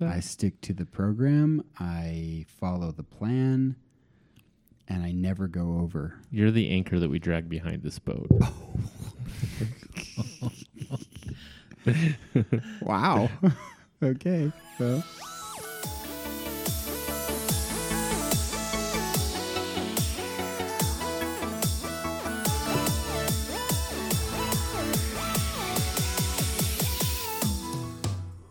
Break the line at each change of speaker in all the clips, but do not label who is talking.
I stick to the program, I follow the plan, and I never go over.
You're the anchor that we drag behind this boat.
Wow. okay. So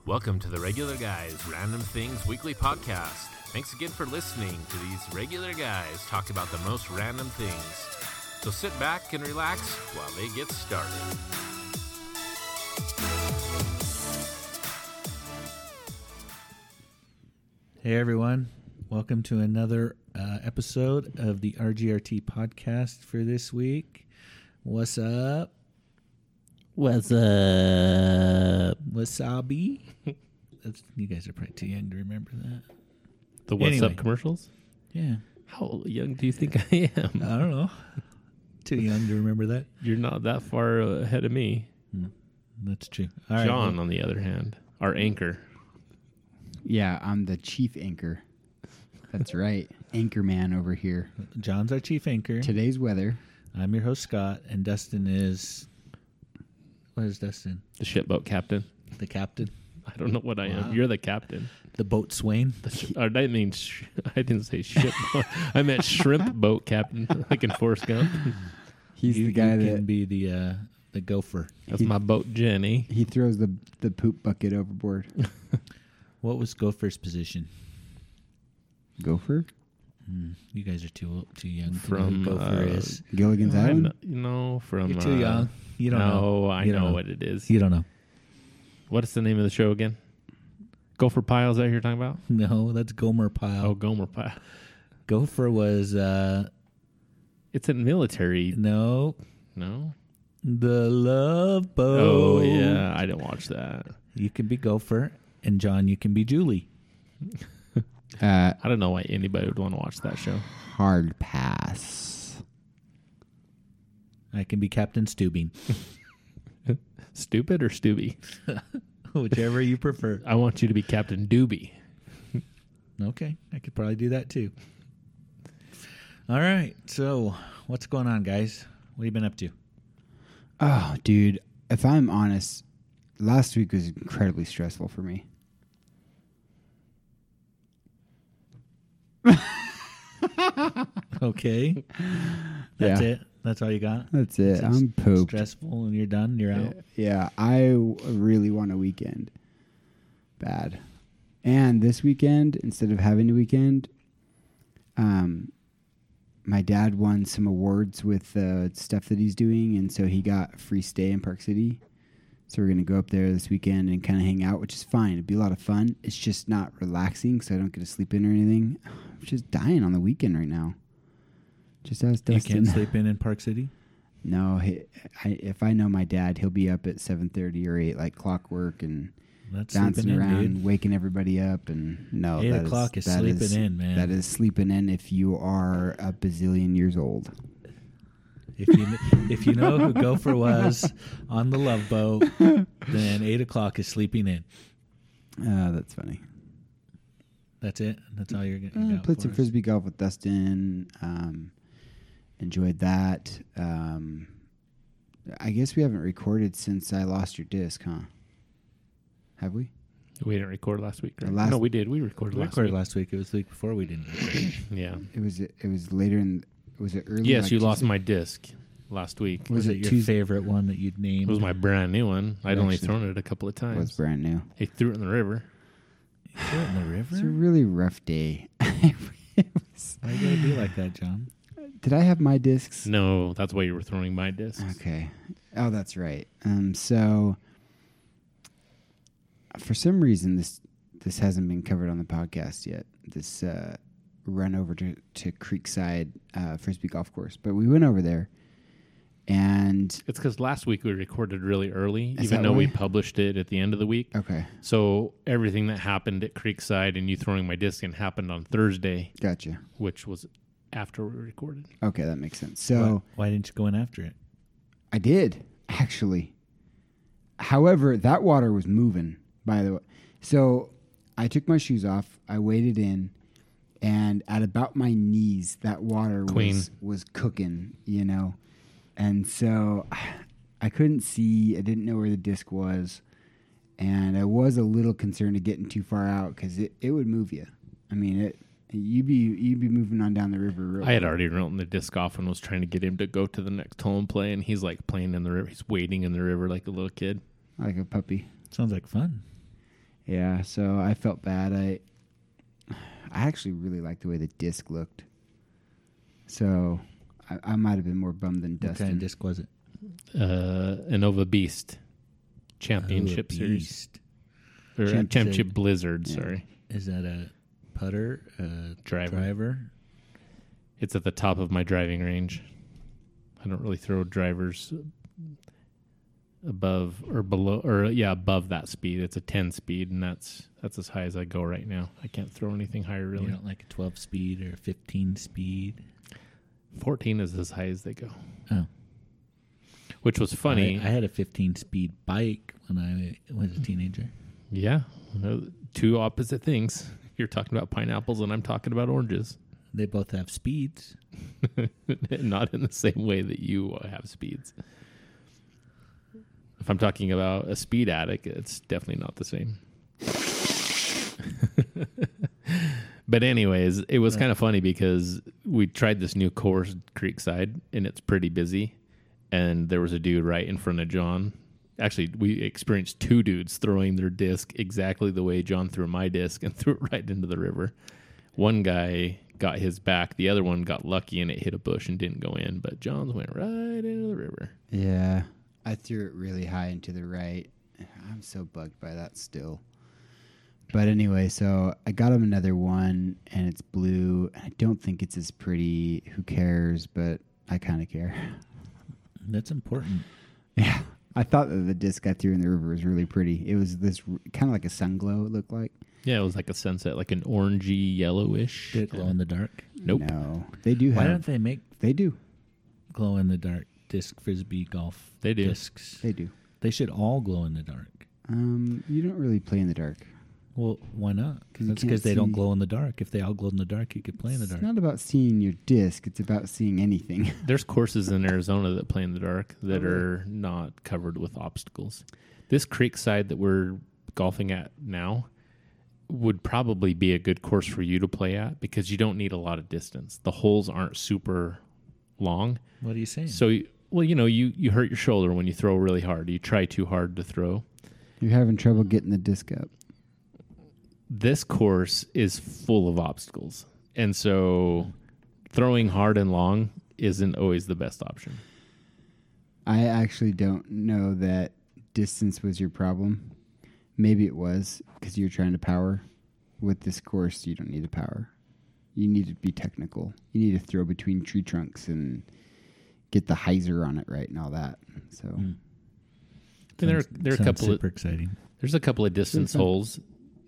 Welcome to the Regular Guys Random Things Weekly Podcast. Thanks again for listening to these regular guys talk about the most random things. So sit back and relax while they get started.
Hey everyone, welcome to another uh, episode of the RGRT podcast for this week. What's up? What's up? Wasabi? That's, you guys are probably too young to remember that.
The What's
Anyway.
Up commercials?
Yeah,
How young do you think I am?
I don't know. too young to remember that.
You're not that far ahead of me.
That's true. All right,
John,
well,
on the other hand, our anchor.
yeah, I'm the chief anchor. That's right. Anchor man over here.
John's our chief anchor.
Today's weather.
I'm your host Scott, and Dustin is. What is Dustin?
The shipboat captain.
The captain,
I don't know what I am. You're the captain.
the boatswain.
The sh- or I mean, sh- I didn't say shipboat. I meant shrimp boat captain, like in Forrest Gump.
He's
you,
the guy
you
that
can be the uh, the gopher.
That's my boat, Jenny.
he throws the the poop bucket overboard.
What was gopher's position?
Gopher?
You guys are too old- too young
From,
to know what gopher
uh,
is.
Gilligan's
I'm,
Island?
not- you know, from
You're too
uh,
young. You don't
no,
know.
I
You
know,
don't
what it is.
You don't know.
What is the name of the show again? Gopher Pile is that who you're talking about?
No, that's Gomer Pyle.
Oh, Gomer Pyle.
Gopher was uh
It's a military.
no
No.
the love boat.
Oh yeah, I didn't watch that.
You can be Gopher, and John, you can be Julie.
Uh
I don't know why anybody would want to watch that show.
hard pass.
I can be Captain Steubing,
Stupid or Stubby?
whichever you prefer.
I want you to be Captain Doobie.
Okay, I could probably do that too. All right, so what's going on, guys? What have you been up to?
Oh, dude, if I'm honest, last week was incredibly stressful for me.
Okay, that's
Yeah.
it. That's all you got.
That's it.
It's
I'm pooped.
stressful and you're done, you're out.
Yeah, I w- really want a weekend. Bad. And this weekend, instead of having a weekend, um, my dad won some awards with the stuff that he's doing, and so he got free stay in Park City. So we're gonna go up there this weekend and kind of hang out, which is fine. It'd be a lot of fun. It's just not relaxing, so I don't get to sleep in or anything. I'm just dying on the weekend right now. Just as
You
Dustin.
can sleep in in Park City.
No, he, I, if I know my dad, he'll be up at seven thirty or eight, like clockwork, and
That's
bouncing
sleeping
around,
in, dude.
waking everybody up. And no,
Eight
that
o'clock is
that
sleeping in, man.
That is sleeping in if you are a bazillion years old.
If you kn- if you know who Gopher was on the Love Boat, then eight o'clock is sleeping in.
Uh, that's funny.
That's it. That's all you're gonna.
Uh,
You
played some frisbee
frisbee.
golf with Dustin. Um, enjoyed that. Um, I guess we haven't recorded since I lost your disc, huh? Have we?
We didn't record last week. Right?
The last-
no, we did. We recorded
We
last
recorded last week. It was the week before we didn't. record.
week. Yeah.
It was. It was later in. Was it early?
Yes,
like
you
Tuesday?
lost my disc last week.
Was it
your
Tuesday?
favorite one that you'd
It
named?
was my brand new one. I'd only
Actually,
thrown it a couple of
It was
times.
brand new.
I threw it in the river.
Threw it in the
It's a
river.
really rough day. It was-
Why you gotta be like that, John?
Did I have my discs?
No, that's why you were throwing my discs.
Okay. Oh, that's right. Um, so for some reason, this this hasn't been covered on the podcast yet. This uh, run over to to Creekside uh, frisbee golf course, but we went over there, and
It's because last week we recorded really early,
Is
even
that
though we
why?
published it at the end of the week.
okay,
So everything that happened at Creekside and you throwing my disc in happened on Thursday,
gotcha.
which was after we recorded.
Okay, that makes sense. So.
Why, why didn't you go in after it?
I did actually. However, that water was moving. By the way, so I took my shoes off. I waded in, and at about my knees, that water
Queen.
was was cooking, you know, and so I couldn't see. I didn't know where the disc was, and I was a little concerned of getting too far out because it, it would move you. I mean, it you'd be you'd be moving on down the river. Real
I had already written the disc off and was trying to get him to go to the next hole and play, and he's like playing in the river. He's wading in the river like a little kid.
like a puppy.
Sounds like fun.
Yeah, so I felt bad. I I actually really liked the way the disc looked. So I, I might have been more bummed than
What kind
Dustin.
of disc was it?
Uh, Anova Beast Championship
Oh, a
Series
beast.
or uh,
Champ-
Championship Blizzard.
Yeah.
Sorry,
Is that a putter? A
Driver.
driver?
it's at the top of my driving range. I don't really throw drivers above or below or yeah above that speed. It's a ten speed, and that's that's as high as I go right now. I can't throw anything higher really.
You don't like a 12 speed or a 15 speed?
Fourteen is as high as they go,
Oh,
which was funny.
I, I had a 15 speed bike when I was a teenager.
Yeah, uh, two opposite things. You're talking about pineapples, and I'm talking about oranges.
They both have speeds.
Not in the same way that you uh, have speeds. If I'm talking about a speed addict, it's definitely not the same. but anyways, it was kind of funny because we tried this new course Creekside and it's pretty busy and there was a dude right in front of John. Actually, we experienced two dudes throwing their disc exactly the way John threw my disc and threw it right into the river. One guy got his back, the other one got lucky and it hit a bush and didn't go in, but John's went right into the river.
yeah, I threw it really high into the right. I'm so bugged by that still. But anyway, so I got him another one, and it's blue. I don't think it's as pretty. Who cares? But I kind of care.
That's important.
Yeah. I thought that the disc I threw in the river was really pretty. It was this kind of like a sun glow. It looked like.
Yeah, it was like a sunset, like an orangey yellowish.
Did it glow in the dark?
Nope.
No, they do
Why
have.
don't they make
They do.
glow in the dark disc frisbee golf
They do.
discs?
They do.
They should all glow in the dark.
Um, you don't really play in the dark.
Well, why not?
'Cause you
That's
can't
because they don't
see.
glow in the dark. If they all glowed in the dark, you could play in the
It's
dark.
not about seeing your disc. It's about seeing anything.
There's courses in Arizona that play in the dark
Oh,
that are not covered with obstacles. This creek side that we're golfing at now would probably be a good course for you to play at because you don't need a lot of distance. The holes aren't super long.
What are you saying?
So, you- well, you know, you, you hurt your shoulder when you throw really hard. You try too hard to throw.
You're having trouble getting the disc up.
this course is full of obstacles. And so throwing hard and long isn't always the best option.
I actually don't know that distance was your problem. Maybe it was because you're trying to power. With this course, you don't need to power. You need to be technical. You need to throw between tree trunks and get the hyzer on it right and all that. So
And there are,
Mm. Sounds-
there are a
sounds
couple of,
super exciting.
there's a couple of distance holes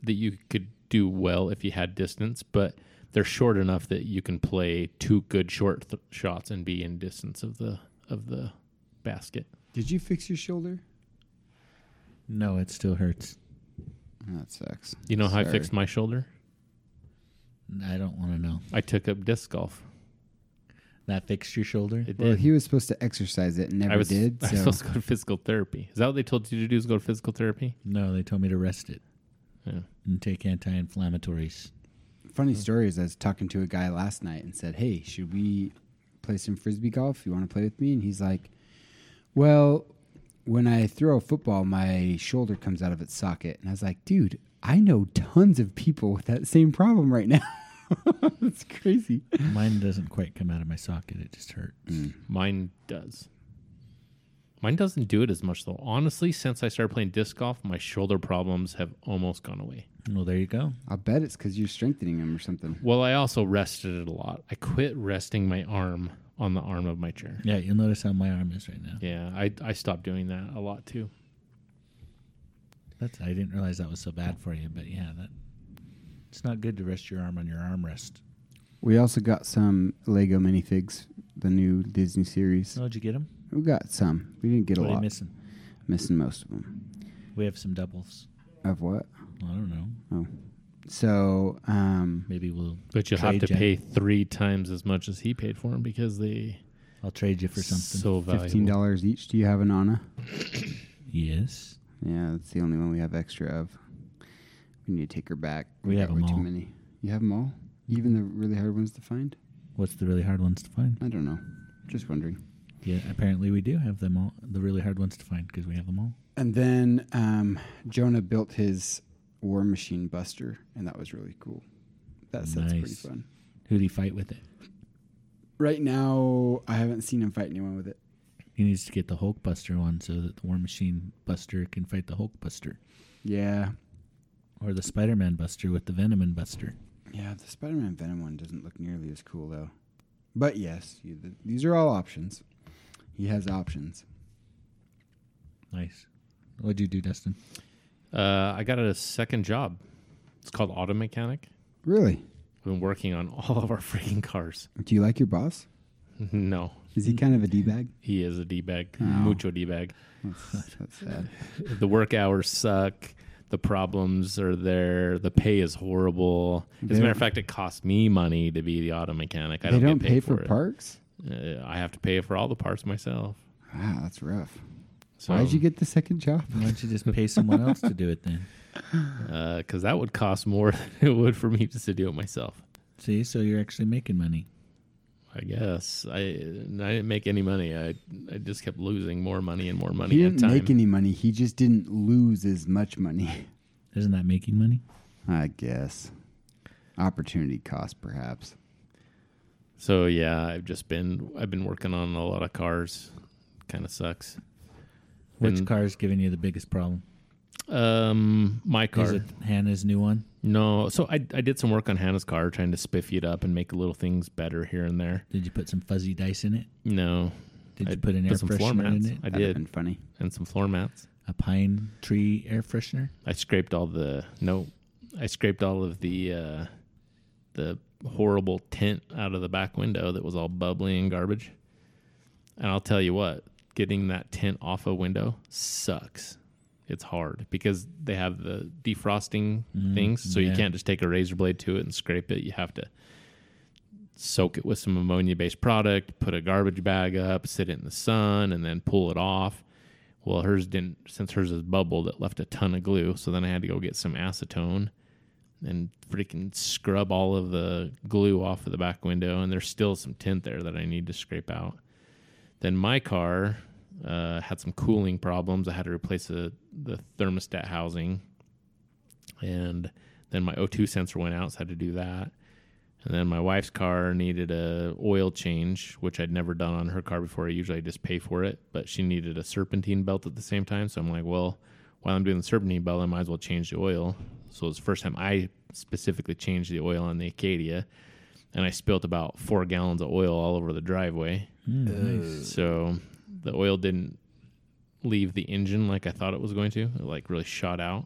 that you could do well if you had distance, but they're short enough that you can play two good short th- shots and be in distance of the of the basket.
did you fix your shoulder?
No, it still hurts.
That sucks.
You know how I
Sorry.
fixed my shoulder?
I don't want to know.
I took up disc golf.
That fixed your shoulder?
It
Well,
did.
he was supposed to exercise it and never
I was,
did.
I was
so-
supposed to go to physical therapy. Is that what they told you to do? Is go to physical therapy?
No, they told me to rest it
Yeah.
and take anti-inflammatories.
Funny story is I was talking to a guy last night and said, "Hey, should we play some frisbee golf? You want to play with me?" And he's like, "Well, when I throw a football, my shoulder comes out of its socket." And I was like, "Dude, I know tons of people with that same problem right now. That's crazy."
Mine doesn't quite come out of my socket. It just hurts.
Mm.
Mine does. Mine doesn't do it as much though. Honestly, since I started playing disc golf, my shoulder problems have almost gone away.
Well, there you go.
I'll bet it's because you're strengthening him or something.
Well, I also rested it a lot. I quit resting my arm on the arm of my chair.
Yeah, you'll notice how my arm is right now.
Yeah, I, I stopped doing that a lot too.
That's I didn't realize that was so bad for you, but yeah, that it's not good to rest your arm on your armrest.
We also got some Lego minifigs, the new Disney series.
Uh,
Oh, did you get them?
We got some. We didn't get a
What are you
lot.
missing?
Missing most of them.
We have some doubles.
Of what?
I don't know.
Oh, So um,
Maybe we'll.
But you'll
Trade
have to
gen-
pay three times as much as he paid for them because they
I'll trade you for something.
so valuable.
fifteen dollars each. Do you have an Anna?
yes.
Yeah, that's the only one we have extra of. We need to take her back.
We have
got
them
way
all.
too many. You have them all, even the really hard ones to find.
What's the really hard ones to find?
I don't know. Just wondering.
Yeah, apparently we do have them all. The really hard ones to find because we have them all.
And then um, Jonah built his war machine buster, and that was really cool. That set's pretty
Nice.
fun.
Who do you fight with it?
Right now, I haven't seen him fight anyone with it.
He needs to get the Hulk Buster one so that the War Machine Buster can fight the Hulk Buster
Yeah,
or the Spider Man Buster with the Venom and Buster.
yeah. The Spider-Man Venom one doesn't look nearly as cool though. But yes, you, th these are all options. He has options.
Nice. What'd you do, Dustin?
Uh, I got a second job. It's called auto mechanic.
Really?
I've been working on all of our freaking cars.
Do you like your boss?
No,
Is he kind of a
Mm-hmm.
d bag?
he is a d bag,
Oh.
mucho d bag.
That's, that's sad.
The work hours suck. The problems are there. The pay is horrible. As
They
a matter
don't-
of fact, it costs me money to be the auto mechanic. I
they
don't,
don't
get
pay
paid
for
it.
parts.
Uh, I have to pay for all the parts myself.
Wow, that's rough.
So,
Why'd you get the second job?
Why don't you just pay someone else to do it then?
Because uh, that would cost more than it would for me just to do it myself.
See, so you're actually making money.
I guess I I didn't make any money. I I just kept losing more money and more money
He
at
didn't
time.
make any money. He just didn't lose as much money.
Isn't that making money?
I guess. Opportunity cost, perhaps.
so yeah, I've just been I've been working on a lot of cars. Kind of sucks.
Which
And-
car's giving you the biggest problem?
Um, my
Is
car.
it Hannah's new one?
No, so I I did some work on Hannah's car, trying to spiffy it up and make little things better here and there.
Did you put some fuzzy dice in it?
No,
Did
I
you put an air
put some floor
freshener in
mats.
it?
I
That'd have
did,
been funny.
and some floor mats.
A pine tree air freshener?
I scraped all the no, I scraped all of the uh, the horrible tint out of the back window that was all bubbly and garbage. And I'll tell you what, getting that tint off a window sucks. It's hard because they have the defrosting things, so
yeah.
you can't just take a razor blade to it and scrape it. You have to soak it with some ammonia based product, put a garbage bag up, sit it in the sun, and then pull it off. Well, hers didn't, since hers is bubbled, it left a ton of glue. So then I had to go get some acetone and freaking scrub all of the glue off of the back window. And there's still some tint there that I need to scrape out. Then my car uh, had some cooling problems. I had to replace the, the thermostat housing. And then my O2 sensor went out, so I had to do that. And then my wife's car needed a oil change, which I'd never done on her car before. I usually just pay for it, but she needed a serpentine belt at the same time. So I'm like, well, while I'm doing the serpentine belt, I might as well change the oil. So it was the first time I specifically changed the oil on the Acadia, and I spilt about four gallons of oil all over the driveway.
Hmm, Uh,
So the oil didn't leave the engine like I thought it was going to. It like really shot out.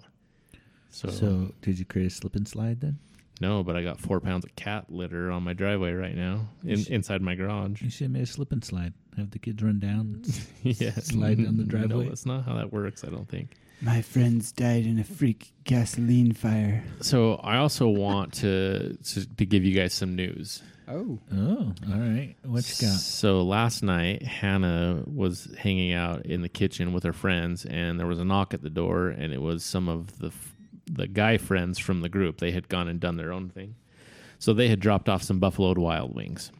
So, did you create a slip and slide then?
No, but I got four pounds of cat litter on my driveway right now, in, inside my garage.
You should have made a slip and slide. Have the kids run down.
yeah,
slide down the driveway.
No, that's not how that works. I don't think.
My friends died in a freak gasoline fire.
So I also want to to, to give you guys some news.
Oh.
oh, all right. What you got?
So last night, Hannah was hanging out in the kitchen with her friends, and there was a knock at the door, and it was some of the f- the guy friends from the group. They had gone and done their own thing, so they had dropped off some buffaloed wild wings,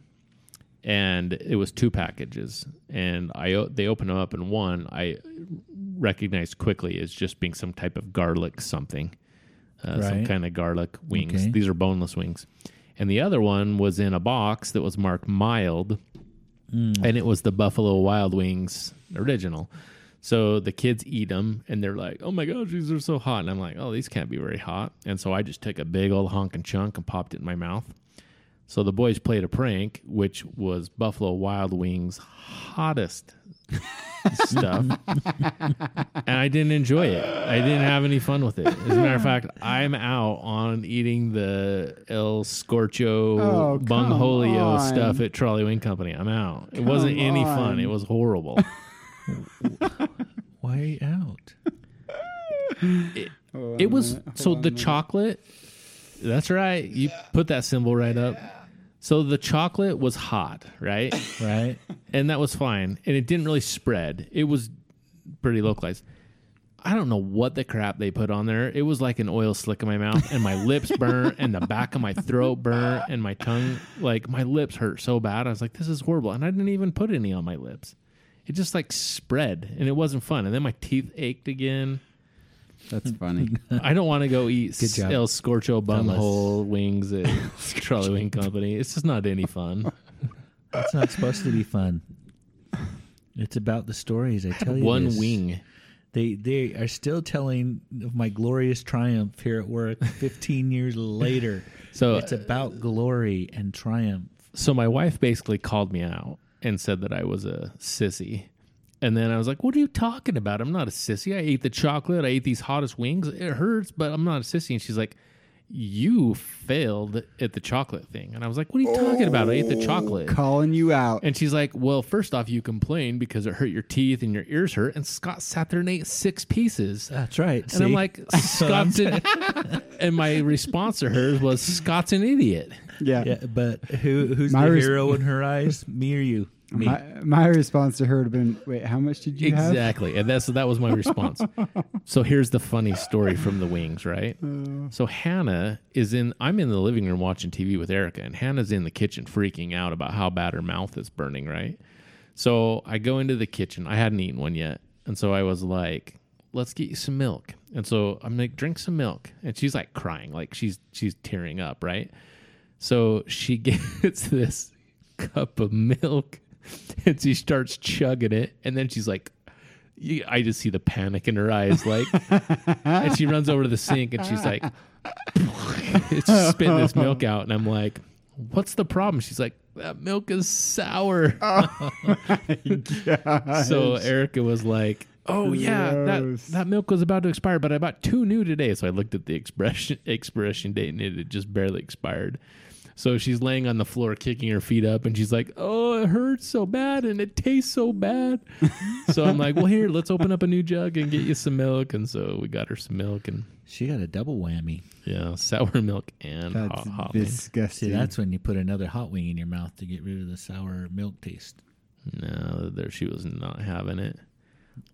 and it was two packages. And I o- they opened them up, and one I recognized quickly as just being some type of garlic something, uh, some
Right.
kind of garlic wings.
Okay.
These are boneless wings. And the other one was in a box that was marked mild, and it was the Buffalo Wild Wings original. So the kids eat them and they're like, oh my gosh, these are so hot. And I'm like, oh, these can't be very hot. And so I just took a big old honk and chunk and popped it in my mouth. So the boys played a prank, which was Buffalo Wild Wings' hottest stuff. and I didn't enjoy it. I didn't have any fun with it. As a matter of fact, I'm out on eating the El Scorcho
Oh, come
Bungholio
on.
stuff at Trolley Wing Company. I'm out. It wasn't any
on.
fun. It was horrible.
Why out?
it was so the chocolate That's right. You put that symbol right up. So the chocolate was hot, right?
right?
and that was fine. And it didn't really spread. It was pretty localized. I don't know what the crap they put on there. It was like an oil slick in my mouth, and my lips burn, and the back of my throat burn, and my tongue like my lips hurt so bad. I was like, this is horrible, and I didn't even put any on my lips. It just like spread, and it wasn't fun. And then my teeth ached again.
That's funny.
I don't want to go eat
Good job.
El Scorcho
Fellas.
Bumhole wings at Charlie Wing Company. It's just not any fun.
That's not supposed to be fun. It's about the stories I tell you.
One
this.
wing.
They they are still telling of my glorious triumph here at work 15 years later.
So
it's about glory and triumph.
so my wife basically called me out and said that I was a sissy. And then I was like, "What are you talking about? I'm not a sissy. I ate the chocolate. I ate these hottest wings. It hurts, but I'm not a sissy." And she's like, "You failed at the chocolate thing." And I was like, "What are you talking about? I ate the chocolate."
Calling you out.
And she's like, "Well, first off, you complained because it hurt your teeth and your ears hurt." And Scott sat there and ate six pieces.
That's right.
And I'm like, Scott's an, and my response to hers was, "Scott's an idiot."
yeah.
yeah, but who who's
My
the
res-
hero in her eyes? Me or you? Me.
My, my response to her would have been, "Wait, how much did you have?"
Exactly. And that's that was my response. so here's the funny story from the wings, right? So Hannah is in I'm in the living room watching TV with Erica and Hannah's in the kitchen freaking out about how bad her mouth is burning, right? So I go into the kitchen. I hadn't eaten one yet. And so I was like, let's get you some milk. And so I'm like, drink some milk. And she's like crying, like she's she's tearing up, right? So she gets this cup of milk and she starts chugging it. And then she's like, you- I just see the panic in her eyes. Like, and she runs over to the sink and she's like, it's spitting this milk out. And I'm like, what's the problem? She's like, that milk is sour. so Erica was like, "Oh yeah, that,
Gross.
that milk was about to expire, but I bought two new today." So I looked at the expression expiration date, and it had just barely expired. So she's laying on the floor, kicking her feet up, and she's like, "Oh, it hurts so bad, and it tastes so bad." so I'm like, "Well, here, let's open up a new jug and get you some milk." And so we got her some milk, and
She got a double whammy.
yeah, sour milk and hot,
That's
hot wings.
disgusting.
Oh, See, that's when you put another hot wing in your mouth to get rid of the sour milk taste.
No, there she was not having it.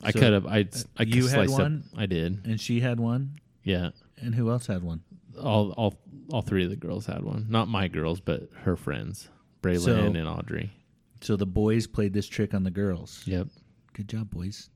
I
So,
cut up. I I
you had
sliced
one?
up. I did.
And she had one.
Yeah.
And who else had one?
all all all three of the girls had one. Not my girls, but her friends, Braylon
So-
and Audrey.
So the boys played this trick on the girls.
Yep,
Good job, boys.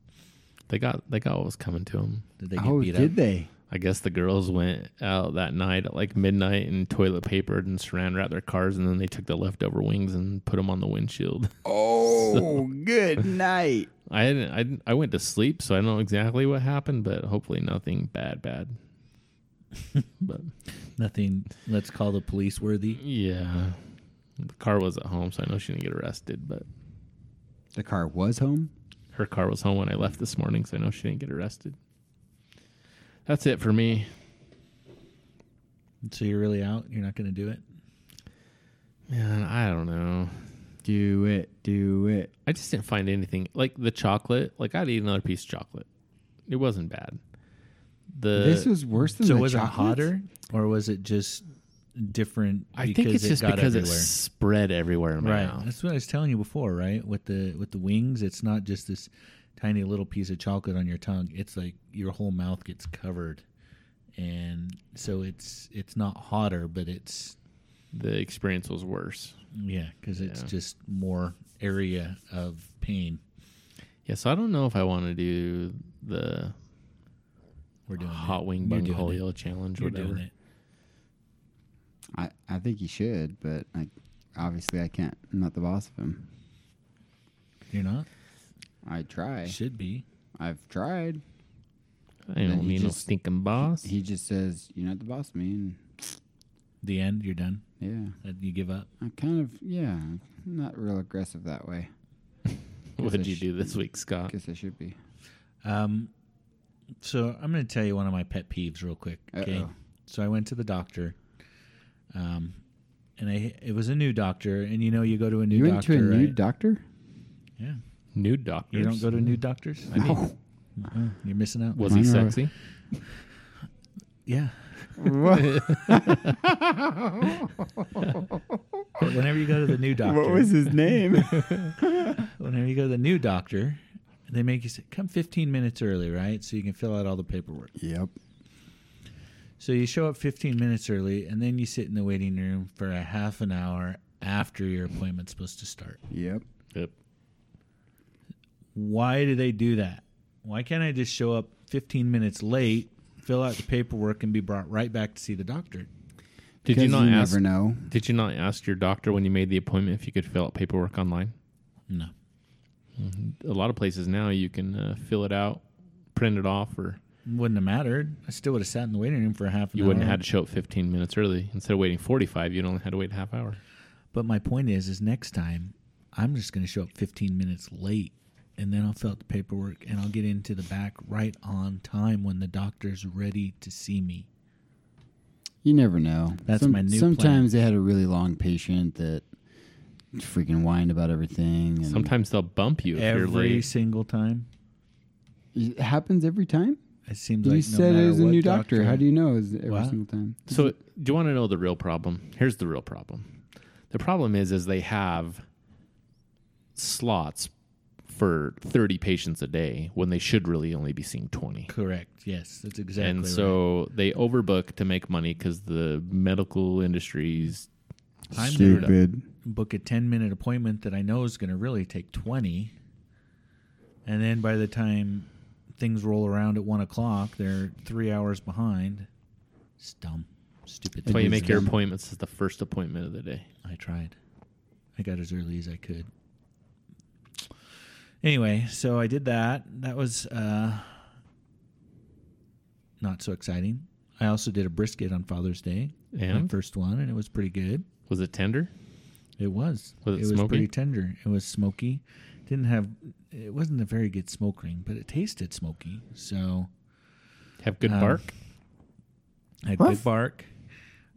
they got they got what was coming to them.
Did they get
oh,
beat
did
up?
they?
I guess the girls went out that night at like midnight and toilet papered and saran wrapped their cars, and then they took the leftover wings and put them on the windshield.
Oh, good night.
I didn't, I didn't- I went to sleep, so I don't know exactly what happened, but hopefully nothing bad bad. but
Nothing. Let's call the police worthy.
yeah, the car was at home, so I know she didn't get arrested, but.
The car was home.
her car was home when I left this morning, so I know she didn't get arrested. That's it for me.
So you're really out. You're not going to do it.
Man, I don't know.
Do it, do it.
I just didn't find anything like the chocolate. Like I'd eat another piece of chocolate. It wasn't bad. The
this was worse than
so
the
was
chocolates?
it hotter, or was it just different?
I think it's just
got
because it
everywhere?
spread everywhere in my
right.
mouth.
That's what I was telling you before, right? With the with the wings, it's not just this tiny little piece of chocolate on your tongue. It's like your whole mouth gets covered, and so it's it's not hotter, but it's
The experience was worse.
yeah, because it's
Yeah.
just more area of pain.
Yeah, so I don't know if I want to do the
We're doing
hot
it.
wing
You're
bung
doing it.
holio challenge,
You're
whatever.
doing it.
I, I think he should, but like obviously I can't. I'm not the boss of him.
You're not.
I try.
Should be.
I've tried.
I
Then
don't
he
need no
just-
stinking boss.
He just says, "You're not the boss of me." And
The end. You're done.
yeah,
Uh, You give up.
I kind of yeah, I'm not real aggressive that way.
what did
I
you
sh-
do this week, Scott?
Guess I should be.
Um, so I'm going to tell you one of my pet peeves real quick. Okay.
Uh-oh.
So I went to the doctor. Um, and I it was a new doctor, and you know you go to a new
you went
doctor.
to a new
right?
doctor?
yeah.
Nude doctors.
You don't go to new doctors.
I mean,
Oh,
Uh-uh. You're missing out.
Was he
Mine are-
sexy?
Yeah.
What,
But whenever you go to the new doctor,
what was his name?
whenever you go to the new doctor, they make you say, come 15 minutes early, right? So you can fill out all the paperwork.
yep.
So you show up 15 minutes early, and then you sit in the waiting room for a half an hour after your appointment's supposed to start.
Yep.
Yep.
Why do they do that? Why can't I just show up 15 minutes late, fill out the paperwork, and be brought right back to see the doctor?
Did you
Because
not
you
ask?
never know.
Did you not ask your doctor when you made the appointment if you could fill out paperwork online?
No.
A lot of places now you can uh, fill it out, print it off, or
Wouldn't have mattered. I still would have sat in the waiting room for a half an
you
hour.
wouldn't have had to show up 15 minutes early. Instead of waiting 45, you'd only had to wait a half hour.
But my point is, is next time I'm just going to show up 15 minutes late, and then I'll fill out the paperwork and I'll get into the back right on time when the doctor's ready to see me.
You never know.
That's my new
Sometimes they had a really long patient that freaking whined about everything. And
Sometimes they'll bump you if you're
Every
late.
single time.
it happens every time.
It seems
You
like no
said
matter
it was a
what
new doctor. How do you know? Is it every
What?
single time?
So, do you want to know the real problem? Here's the real problem. The problem is, is they have slots for 30 patients a day when they should really only be seeing 20.
Correct. Yes, that's exactly.
and so they overbook to make money because the medical industry's
right. I'm going to
Stupid.
book a 10 minute appointment that I know is going to really take 20, and then by the time things roll around at one o'clock, they're three hours behind. It's dumb, stupid.
That's why
thing.
you make your appointments as the first appointment of the day.
I tried. I got as early as I could. Anyway, so I did that. That was uh, not so exciting. I also did a brisket on Father's Day, my
And
first one, and it was pretty good.
was it tender?
It was.
Was it
was
smoky?
pretty tender. It was smoky. Didn't have. It wasn't a very good smoke ring, but it tasted smoky. So
Have good
Um,
bark.
I had
What?
good bark.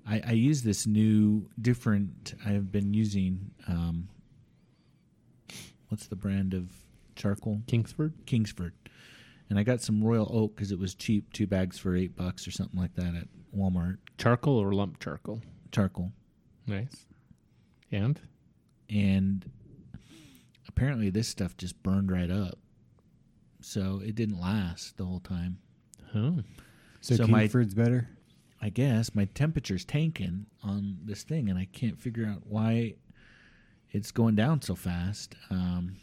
I, I use this new, different. I've been using. Um, what's the brand of charcoal?
Kingsford.
Kingsford, and I got some Royal Oak because it was cheap. Two bags for eight bucks or something like that at Walmart.
Charcoal or lump charcoal?
Charcoal.
Nice. And
and apparently this stuff just burned right up so it didn't last the whole time
oh,
So,
So my-
Kingford's better.
i guess my temperature's tanking on this thing and i can't figure out why it's going down so fast um,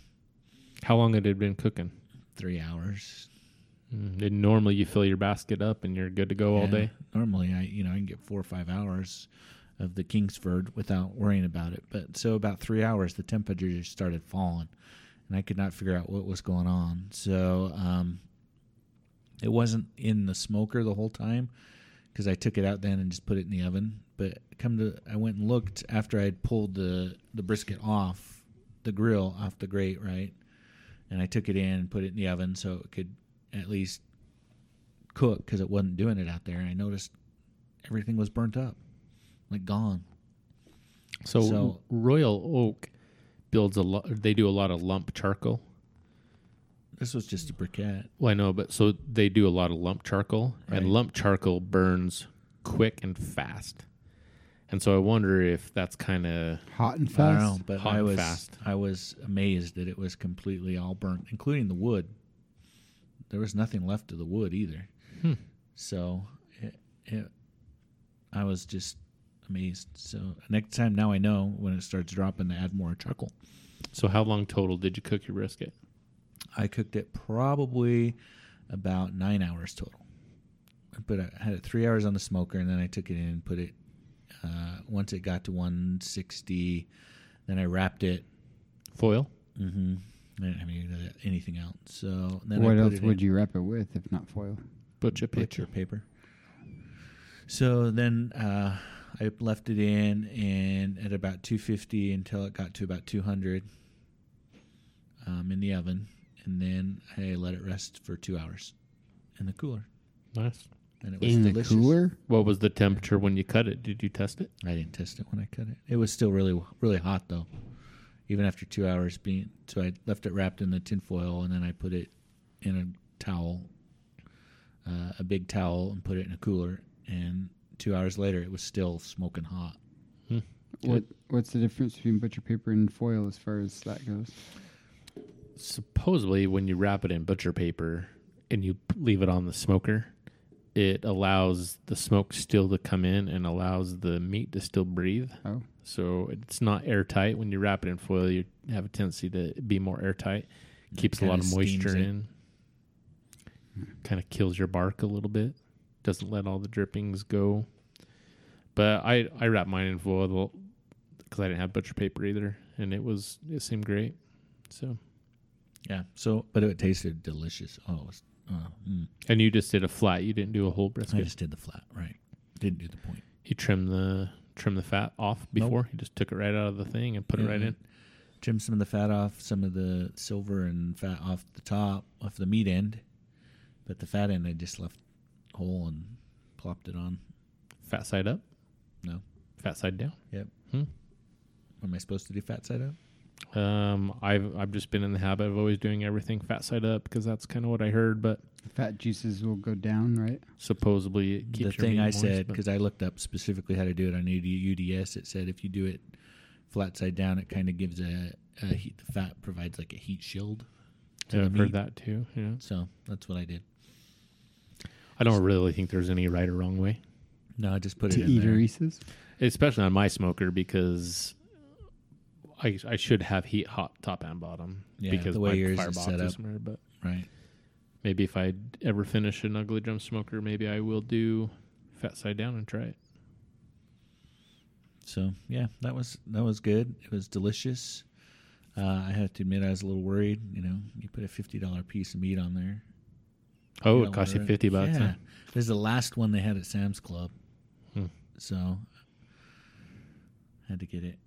how long had it been cooking?
three hours
Mm, and normally you fill your basket up and you're good to go all
Yeah.
day.
normally i you know i can get four or five hours of the kingsford without worrying about it but so about three hours the temperature just started falling and i could not figure out what was going on so um it wasn't in the smoker the whole time because i took it out then and just put it in the oven but come to i went and looked after i had pulled the the brisket off the grill off the grate right and i took it in and put it in the oven so it could at least cook because it wasn't doing it out there. And I noticed everything was burnt up, like gone.
So,
So-
Royal Oak builds a lot. They do a lot of lump charcoal.
This was just a briquette.
Well, I know, but so they do a lot of lump charcoal,
Right.
and lump charcoal burns quick and fast. And so I wonder if that's kind of
Hot and
I don't know,
fast.
but
Hot
I
and
was
fast.
I was amazed that it was completely all burnt, including the wood. There was nothing left of the wood either.
Hmm.
So it, it, I was just amazed. So next time, now I know when it starts dropping to add more charcoal.
so. How long total did you cook your brisket?
I cooked it probably about nine hours total. But I had it three hours on the smoker, and then I took it in and put it. Uh, once it got to 160, then I wrapped it.
Foil.
Mm-hmm. I didn't have any, anything else. So then I
what
put
else
it
would
in
you wrap it with if not foil?
Butcher
butcher paper. So then uh, I left it in, and at about 250 until it got to about 200 um, in the oven, and then I let it rest for two hours in the cooler,
Nice.
and it was
In the
delicious.
cooler?
What was the temperature when you cut it? Did you test it?
I didn't test it when I cut it. It was still really really hot though, even after two hours being. So I left it wrapped in the tinfoil, and then I put it in a towel, uh, a big towel, and put it in a cooler, and two hours later it was still smoking hot.
What What's the difference between butcher paper and foil as far as that goes?
supposedly when you wrap it in butcher paper and you p- leave it on the smoker it allows the smoke still to come in and allows the meat to still breathe
Oh,
so it's not airtight when you wrap it in foil you have a tendency to be more airtight keeps a lot
kinda
of moisture
steams it.
in kind of kills your bark a little bit doesn't let all the drippings go but i i wrap mine in foil because i didn't have butcher paper either and it was it seemed great so
Yeah. So, but it tasted delicious. Oh, it was, oh, mm.
And you just did a flat. You didn't do a whole brisket.
I just did the flat. Right. Didn't do the point.
you trimmed the trim the fat off
Nope.
before. You just took it right out of the thing and put it right in.
Trim some of the fat off, some of the silver and fat off the top of the meat end, but the fat end I just left whole and plopped it on.
Fat side up,
No.
fat side down.
Yep.
Hmm.
Am I supposed to do fat side up?
Um, I've I've just been in the habit of always doing everything fat side up because that's kind of what I heard. But
the fat juices will go down, right?
supposedly it
the
keeps your
thing
meat
I
moist,
said
but-
because I looked up specifically how to do it on UD UDS. It said if you do it flat side down, it kind of gives a, a heat. The fat provides like a heat shield. to
yeah,
the
I've
meat.
heard that too. Yeah,
So that's what I did.
I don't really think there's any right or wrong way,
No, I just put
To
it in
eat
there.
Reese's?
especially on my smoker because. I, I should have heat hot top and bottom
Yeah,
because
the way
my
yours is
firebox
set up.
somewhere, but
Right.
Maybe if I ever finish an ugly drum smoker, maybe I will do fat side down and try it.
So yeah, that was that was good. It was delicious. Uh, I have to admit, I was a little worried. You know, you put a fifty dollar piece of meat on there.
Oh,
know,
it costs you
or-
fifty bucks.
Yeah,
huh?
this is the last one they had at Sam's Club,
Hmm.
so had to get it.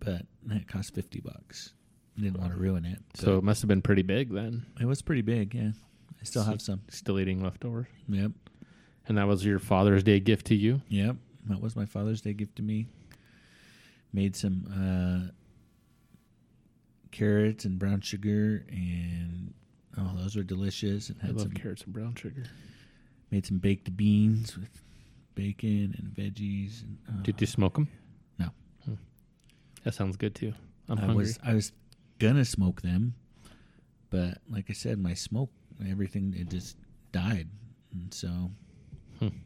But it cost fifty bucks. Didn't want to ruin it. but
So it must have been pretty big then.
it was pretty big. Yeah, I still have some.
Still eating leftovers,
Yep,
and that was your Father's Day gift to you.
yep. That was my Father's Day gift to me. Made some uh, carrots and brown sugar, and oh, those were delicious. And
I
had
love
some
carrots and brown sugar.
made some baked beans with bacon and veggies. And, uh,
Did you smoke them?
No.
That sounds good too. I'm
I
hungry.
was I was gonna smoke them, but like I said, my smoke everything it just died, and so
Hmm.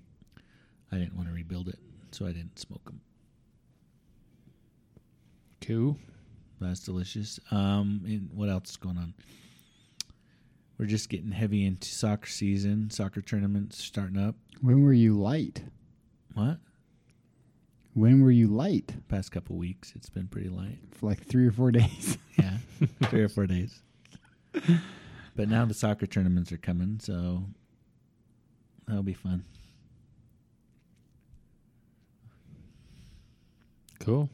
I didn't want to rebuild it, so I didn't smoke them.
Cool.
That's delicious. Um, and what else is going on? We're just getting heavy into soccer season. Soccer tournaments starting up.
When were you light?
What?
When were you light?
Past couple weeks, it's been pretty light.
For like three or four days.
Yeah, three or four days. But now the soccer tournaments are coming, so that'll be fun.
Cool.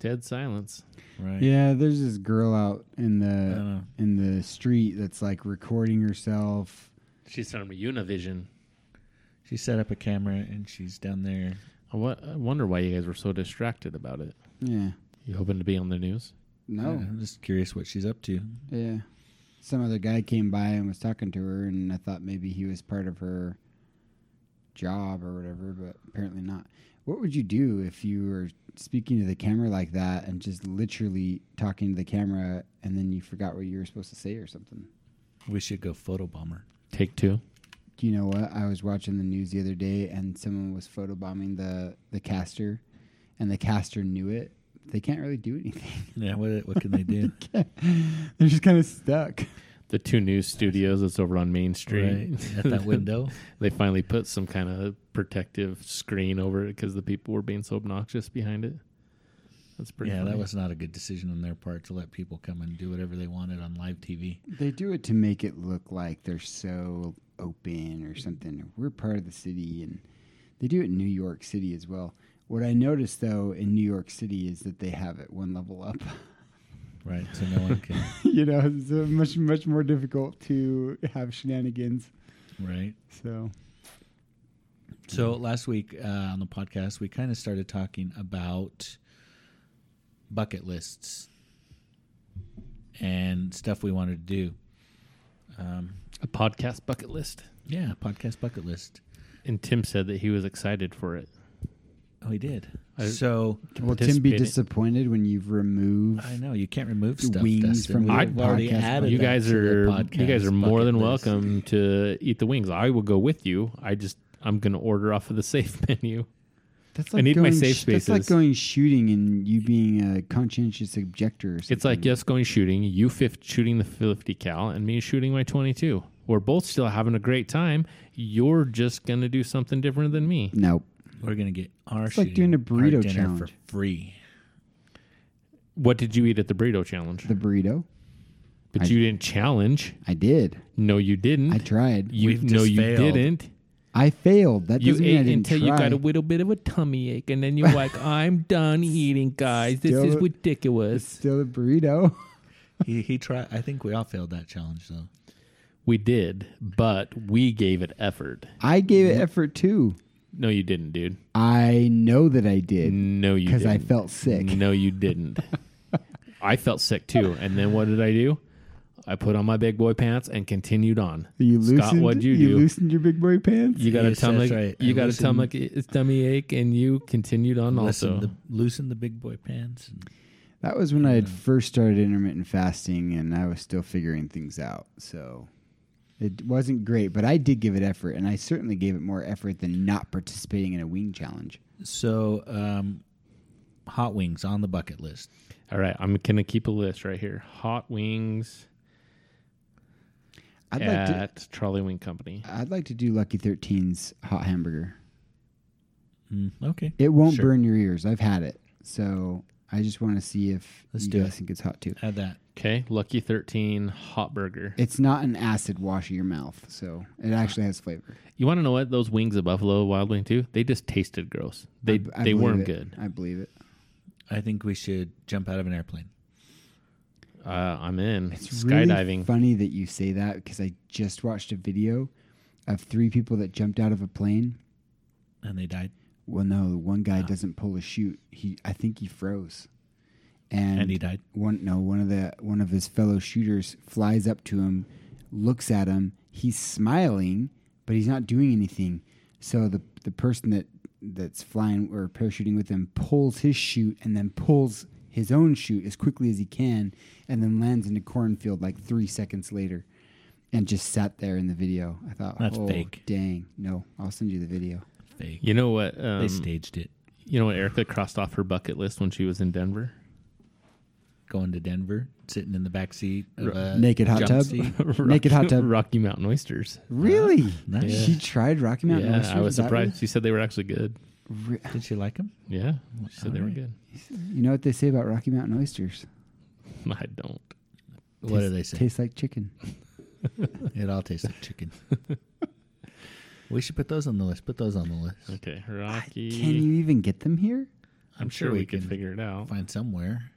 Dead silence.
Right.
yeah, there's this girl out in
I
the
don't know.
in the street that's like recording herself.
She's from Univision.
She set up a camera and she's down there.
I wa- I wonder why you guys were so distracted about it.
Yeah.
You hoping to be on the news?
No.
I'm just curious what she's up to.
Yeah. Some other guy came by and was talking to her, and I thought maybe he was part of her job or whatever, but apparently not. What would you do if you were speaking to the camera like that and just literally talking to the camera and then you forgot what you were supposed to say or something?
We should go photobomber.
Take two.
Do you know what? I was watching the news the other day and someone was photobombing the, the caster, and the caster knew it. They can't really do anything.
Yeah, what what can they do?
They're just kind of stuck.
the two news studios that's over on Main Street.
right at that window.
they finally put some kind of protective screen over it because the people were being so obnoxious behind it. That's pretty.
yeah, that
funny.
was not a good decision on their part to let people come and do whatever they wanted on live TV.
They do it to make it look like they're so open or something. We're part of the city, and they do it in New York City as well. What I noticed though in New York City is that they have it one level up.
Right, so no one can.
you know, it's uh, much much more difficult to have shenanigans.
right.
So
So last week uh, on the podcast, we kind of started talking about bucket lists and stuff we wanted to do. Um,
a podcast bucket list.
Yeah, podcast bucket list.
And Tim said that he was excited for it.
Oh, he did.
I-
so
Will Tim be
participate in-
disappointed when you've removed?
I know you can't remove stuff.
Wings
Dustin.
from
We've
the
already
podcast
added.
bucket
You
that
guys
to the
are you guys are
podcast
more than
bucket list.
welcome to eat the wings. I will go with you. I just I'm gonna order off of the safe menu.
That's
I need my safe
That's like
spaces.
going shooting and you being a conscientious objector. Or
It's like
something.
yes, going shooting. You fif- shooting the fifty cal, and me shooting my twenty two. We're both still having a great time. You're just gonna do something different than me.
nope.
We're gonna get our
It's like
shooting-
doing a burrito
our dinner
challenge.
for free.
What did you eat at the burrito challenge?
The burrito.
but
I-
you didn't challenge.
I did.
No, you didn't.
I tried.
Mm. you
We've
no,
just
you
failed.
didn't.
I failed. That
You
doesn't mean I
ate
didn't
until
try.
you got a little bit of a tummy ache, and then you're like, "I'm done eating, guys. This is
Still-
ridiculous."
Still a burrito.
he he tried. I think we all failed that challenge though.
We did, but we gave it effort.
I gave
Mm.
it effort too.
No, you didn't, dude.
I know that I did
No, you
because I
didn't. Mm.
felt sick.
No, you didn't. I felt sick too. And then what did I do? I put on my big boy pants and continued on.
You loosened.
Scott, what'd you, do?
loosened your big boy pants.
you got a
Yes, that's
tummy.
right.
You
I
got
loosened-
a tummy tummy ache, and you continued on
Loosen
also.
the loosen the big boy pants. And
That was when I had first started intermittent fasting, and I was still figuring things out. So it wasn't great, but I did give it effort, and I certainly gave it more effort than not participating in a wing challenge.
so, um, hot wings on the bucket list.
All right, I'm gonna keep a list right here. Hot wings
I'd like to.
at Trolley Wing Company.
I'd like to do Lucky 13's hot hamburger.
Mm, okay,
It won't
Sure.
burn your ears. I've had it, so I just want to see if
Let's
you
do
guys
it.
think it's hot too.
add that.
Okay, Lucky Thirteen Hot Burger.
It's not an acid wash of your mouth, so it actually has flavor.
You want to know what those wings of Buffalo Wild Wing too? They just tasted gross. They
I
they
believe
weren't
it.
good.
I believe it.
I think we should jump out of an airplane.
Uh, I'm in
It's really
skydiving.
funny that you say that because I just watched a video of three people that jumped out of a plane.
And they died,
Well, no, the one guy doesn't pull a chute. He, I think he froze, and,
and, he died.
one no one of the one of his fellow shooters flies up to him, looks at him. He's smiling, but he's not doing anything. So the the person that that's flying or parachuting with him pulls his chute and then pulls his own chute as quickly as he can, and then lands in a cornfield like three seconds later, and just sat there in the video. I thought
That's
oh,
fake.
Dang, no, I'll send you the video.
They
You know what?
they
Um,
staged it.
you know what? Erica crossed off her bucket list when she was in Denver.
Going to Denver, sitting in the back seat of uh, a
Uh,
Naked hot
jump
tub.
seat.
Naked hot tub.
Rocky Mountain oysters.
Really?
nice.
She tried Rocky Mountain
yeah,
Oysters?
I was
That
surprised. She said they were actually good.
Re-
Did she like him?
Yeah, she said they were good.
You know what they say about Rocky Mountain oysters?
I don't.
What do they say?
Tastes like chicken.
It all tastes like chicken. we should put those on the list. Put those on the list.
Okay, Rocky.
Can you even get them here?
I'm, sure, we, could figure it out.
find somewhere.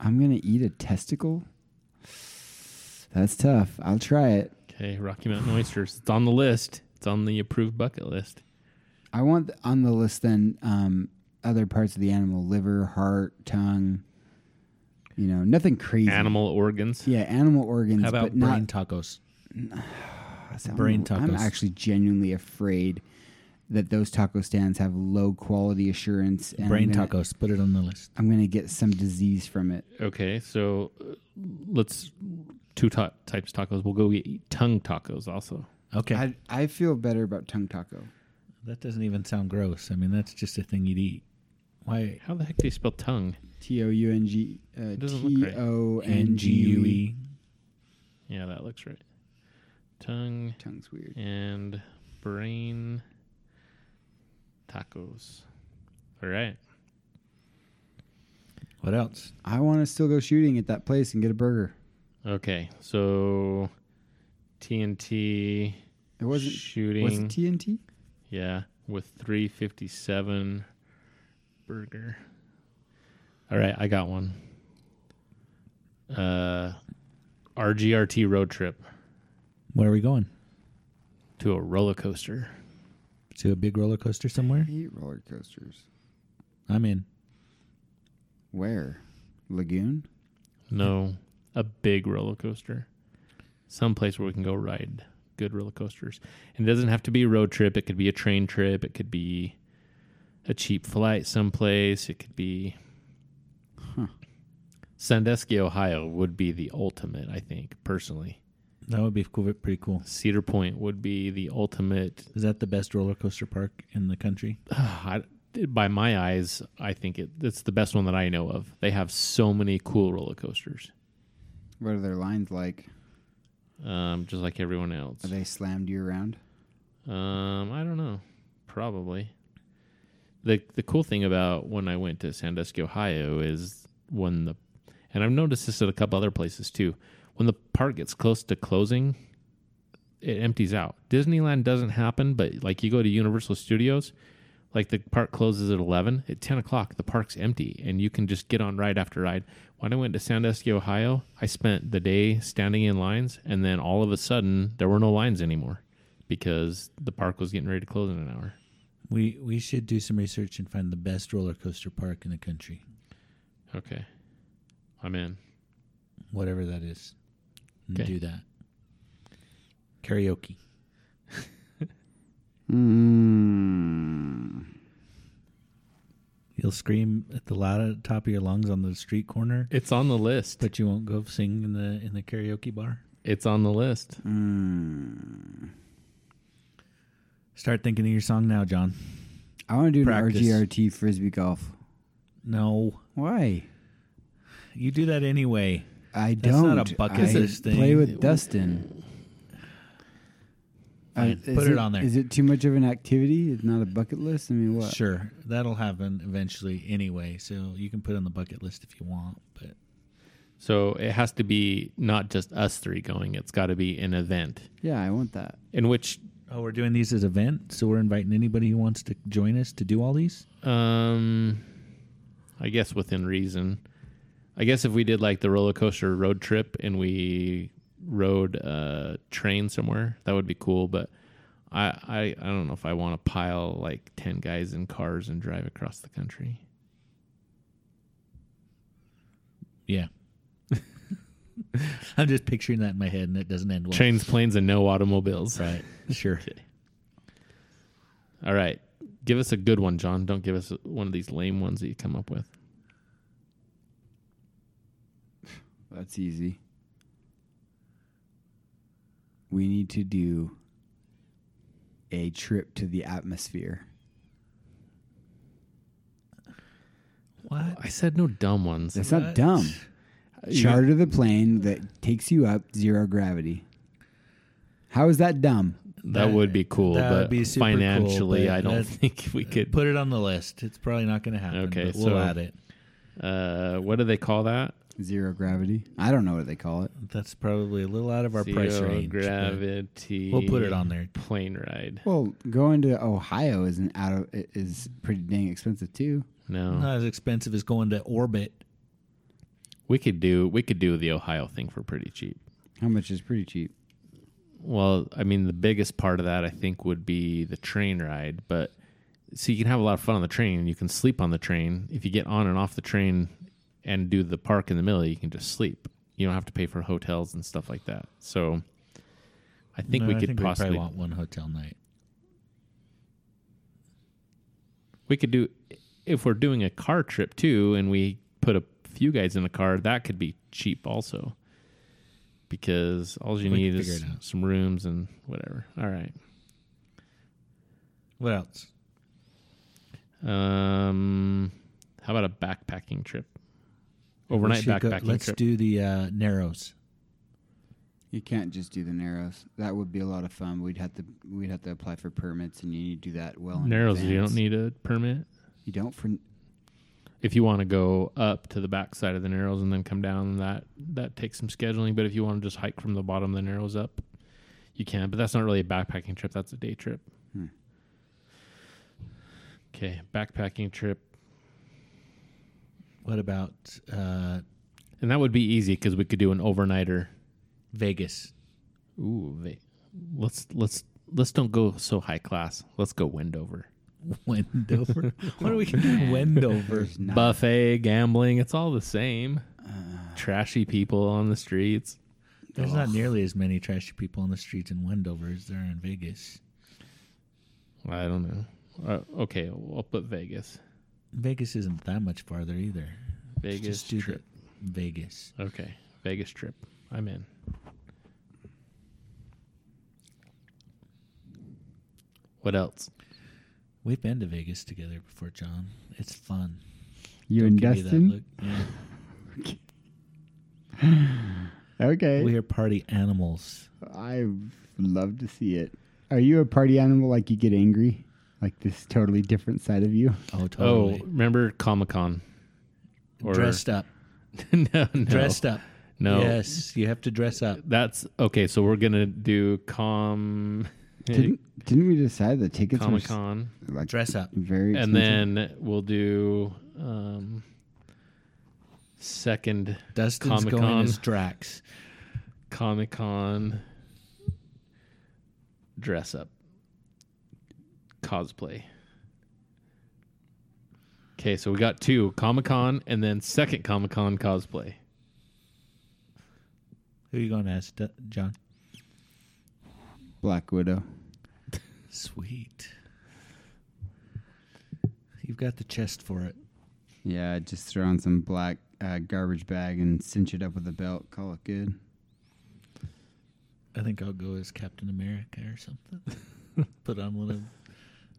I'm gonna eat a testicle. That's tough. I'll try it.
Okay, Rocky Mountain oysters. It's on the list. It's on the approved bucket list.
I want th- on the list then um, other parts of the animal: liver, heart, tongue. You know, nothing crazy.
Animal organs.
Yeah, animal organs.
How about
but not,
brain tacos?
So
brain
I'm, I'm
tacos?
actually genuinely afraid that those taco stands have low quality assurance. And
brain
I'm gonna,
tacos. Put it on the list.
I'm gonna get some disease from it.
Okay, so uh, let's two ta- types tacos. We'll go eat tongue tacos also.
Okay.
I I feel better about tongue taco.
that doesn't even sound gross. I mean, that's just a thing you'd eat. Why?
How the heck do you spell tongue?
T o u n g uh,
doesn't look
t
right.
o
N
n
G
g
U E.
Yeah, that looks right. Tongue
Tongue's weird.
and brain tacos. All right.
What else?
I want to still go shooting at that place and get a burger.
Okay, so TNT
It wasn't
shooting.
was it TNT?
Yeah, with 357 burger. All right, I got one. Uh RGRT road trip
Where are we going?
to a roller coaster.
To a big roller coaster somewhere?
hate roller coasters.
I'm in.
Where? Lagoon?
No, a big roller coaster. Someplace where we can go ride good roller coasters. And it doesn't have to be a road trip. It could be a train trip. It could be a cheap flight someplace. It could be Sandusky, Ohio would be the ultimate, I think, personally.
That would be cool, pretty cool.
Cedar Point would be the ultimate.
Is that the best roller coaster park in the country?
I, by my eyes, I think it, it's the best one that I know of. They have so many cool roller coasters,
What are their lines like?
um, just like everyone else.
Are they slammed you around?
Um, I don't know. Probably. The the cool thing about when I went to Sandusky, Ohio is when the and I've noticed this at a couple other places too. When the park gets close to closing, it empties out. Disneyland doesn't happen, but like you go to Universal Studios, like the park closes at eleven. At ten o'clock, the park's empty, and you can just get on ride after ride. When I went to Sandusky, Ohio, I spent the day standing in lines, and then all of a sudden, there were no lines anymore because the park was getting ready to close in an hour.
We we should do some research and find the best roller coaster park in the country,
Okay, I'm in.
whatever that is. And
Okay.
Do that. Karaoke.
Mm.
You'll scream at the loud top of your lungs on the street corner,
It's on the list.
but you won't go sing in the in the karaoke bar.
It's on the list.
Mm.
Start thinking of your song now, John.
I want to do an
Practice.
RGRT frisbee golf.
No,
Why?
you do that anyway.
I
That's
don't.
not a bucket
I
list thing.
Play with Dustin.
Fine,
is
put it on there.
Is it too much of an activity? It's not a bucket list. I mean, what?
Sure, that'll happen eventually anyway. So you can put it on the bucket list if you want, but
So it has to be not just us three going. It's got to be an event
Yeah, I want that.
in which,
Oh, we're doing these as events, so we're inviting anybody who wants to join us to do all these.
um, I guess within reason. I guess if we did like the roller coaster road trip and we rode a train somewhere, that would be cool. But I, I, I don't know if I want to pile like ten guys in cars and drive across the country.
Yeah. I'm just picturing that in my head, and it doesn't end well.
Trains, planes, and no automobiles.
Right. Sure.
All right. Give us a good one, John. Don't give us one of these lame ones that you come up with.
That's easy. We need to do a trip to the atmosphere.
What?
I said no dumb ones.
That's
What?
not dumb. Charter the plane that takes you up zero gravity. How is that dumb?
that would be cool,
that would
but
be super cool,
financially,
but
I don't
that's-
think we could.
Put it on the list. It's probably not going to happen.
Okay,
but we'll
so-
add it.
Uh, what do they call that?
Zero gravity. I don't know what they call it.
That's probably a little out of our price
Zero
range. but
gravity.
We'll put it on there.
Plane ride.
Well, going to Ohio is an out of i- is pretty dang expensive too.
No,
Not as expensive as going to orbit.
we could do we could do the Ohio thing for pretty cheap.
How much is pretty cheap?
Well, I mean, the biggest part of that I think would be the train ride. But so you can have a lot of fun on the train. You can sleep on the train. If you get on and off the train and do the park in the middle, you can just sleep. You don't have to pay for hotels and stuff like that. So I think
No,
we
I
could
think
possibly
we
we,
probably want one hotel night.
could do if we're doing a car trip too, and we put a few guys in a car. That could be cheap also, because all you
We can
need
figure
is
it out.
some rooms and whatever. All right.
What else?
Um, how about a backpacking trip?
We
Overnight
should go-
backpacking
Let's
trip.
do the uh, Narrows.
You can't just do the narrows. That would be a lot of fun. We'd have to we'd have to apply for permits, and you need to do that well. in
Narrows, you
advance.
don't need a permit.
You don't for
If you want to go up to the backside of the Narrows and then come down, that that takes some scheduling. But if you want to just hike from the bottom of the Narrows up, you can. But that's not really a backpacking trip. That's a day trip.
Hmm.
Okay, backpacking trip,
What about uh,
and that would be easy because we could do an overnighter.
Vegas?
Ooh, va- let's let's let's don't go so high class. Let's go Wendover.
Wendover. what are we gonna do in Wendover?
there's not.
buffet gambling it's all the same trashy people on the streets
There's not nearly as many trashy people on the streets in Wendover as there are in Vegas.
I don't know. Uh, okay, I'll put Vegas.
Vegas isn't that much farther either.
Vegas
Just do
trip.
the Vegas.
Okay, Vegas trip. I'm in. What else?
We've been to Vegas together before, John. It's fun.
You
Don't
and
give me that
Dustin?
look. Yeah.
Okay.
We are party animals.
I love to see it. Are you a party animal? Like you get angry? Like this totally different side of you?
Oh,
Oh,
totally.
remember Comic Con? Oh, Or-
dressed up.
no, no.
Dressed up.
No.
Yes, you have to dress up.
That's okay. So we're gonna do com
Didn't didn't we decide the tickets
Comic
were s-
Con,
like
Dress up.
very expensive?
and then we'll do um, second
Dustin's going
Comic-Con.
as Drax.
Comic Con dress up cosplay. Okay, so we got two Comic Con and then second Comic Con cosplay.
Who are you going to ask, Du- John?
Black Widow.
Sweet. You've got the chest for it.
Yeah, just throw on some black uh, garbage bag and cinch it up with a belt. Call it good.
I think I'll go as Captain America or something. Put on one of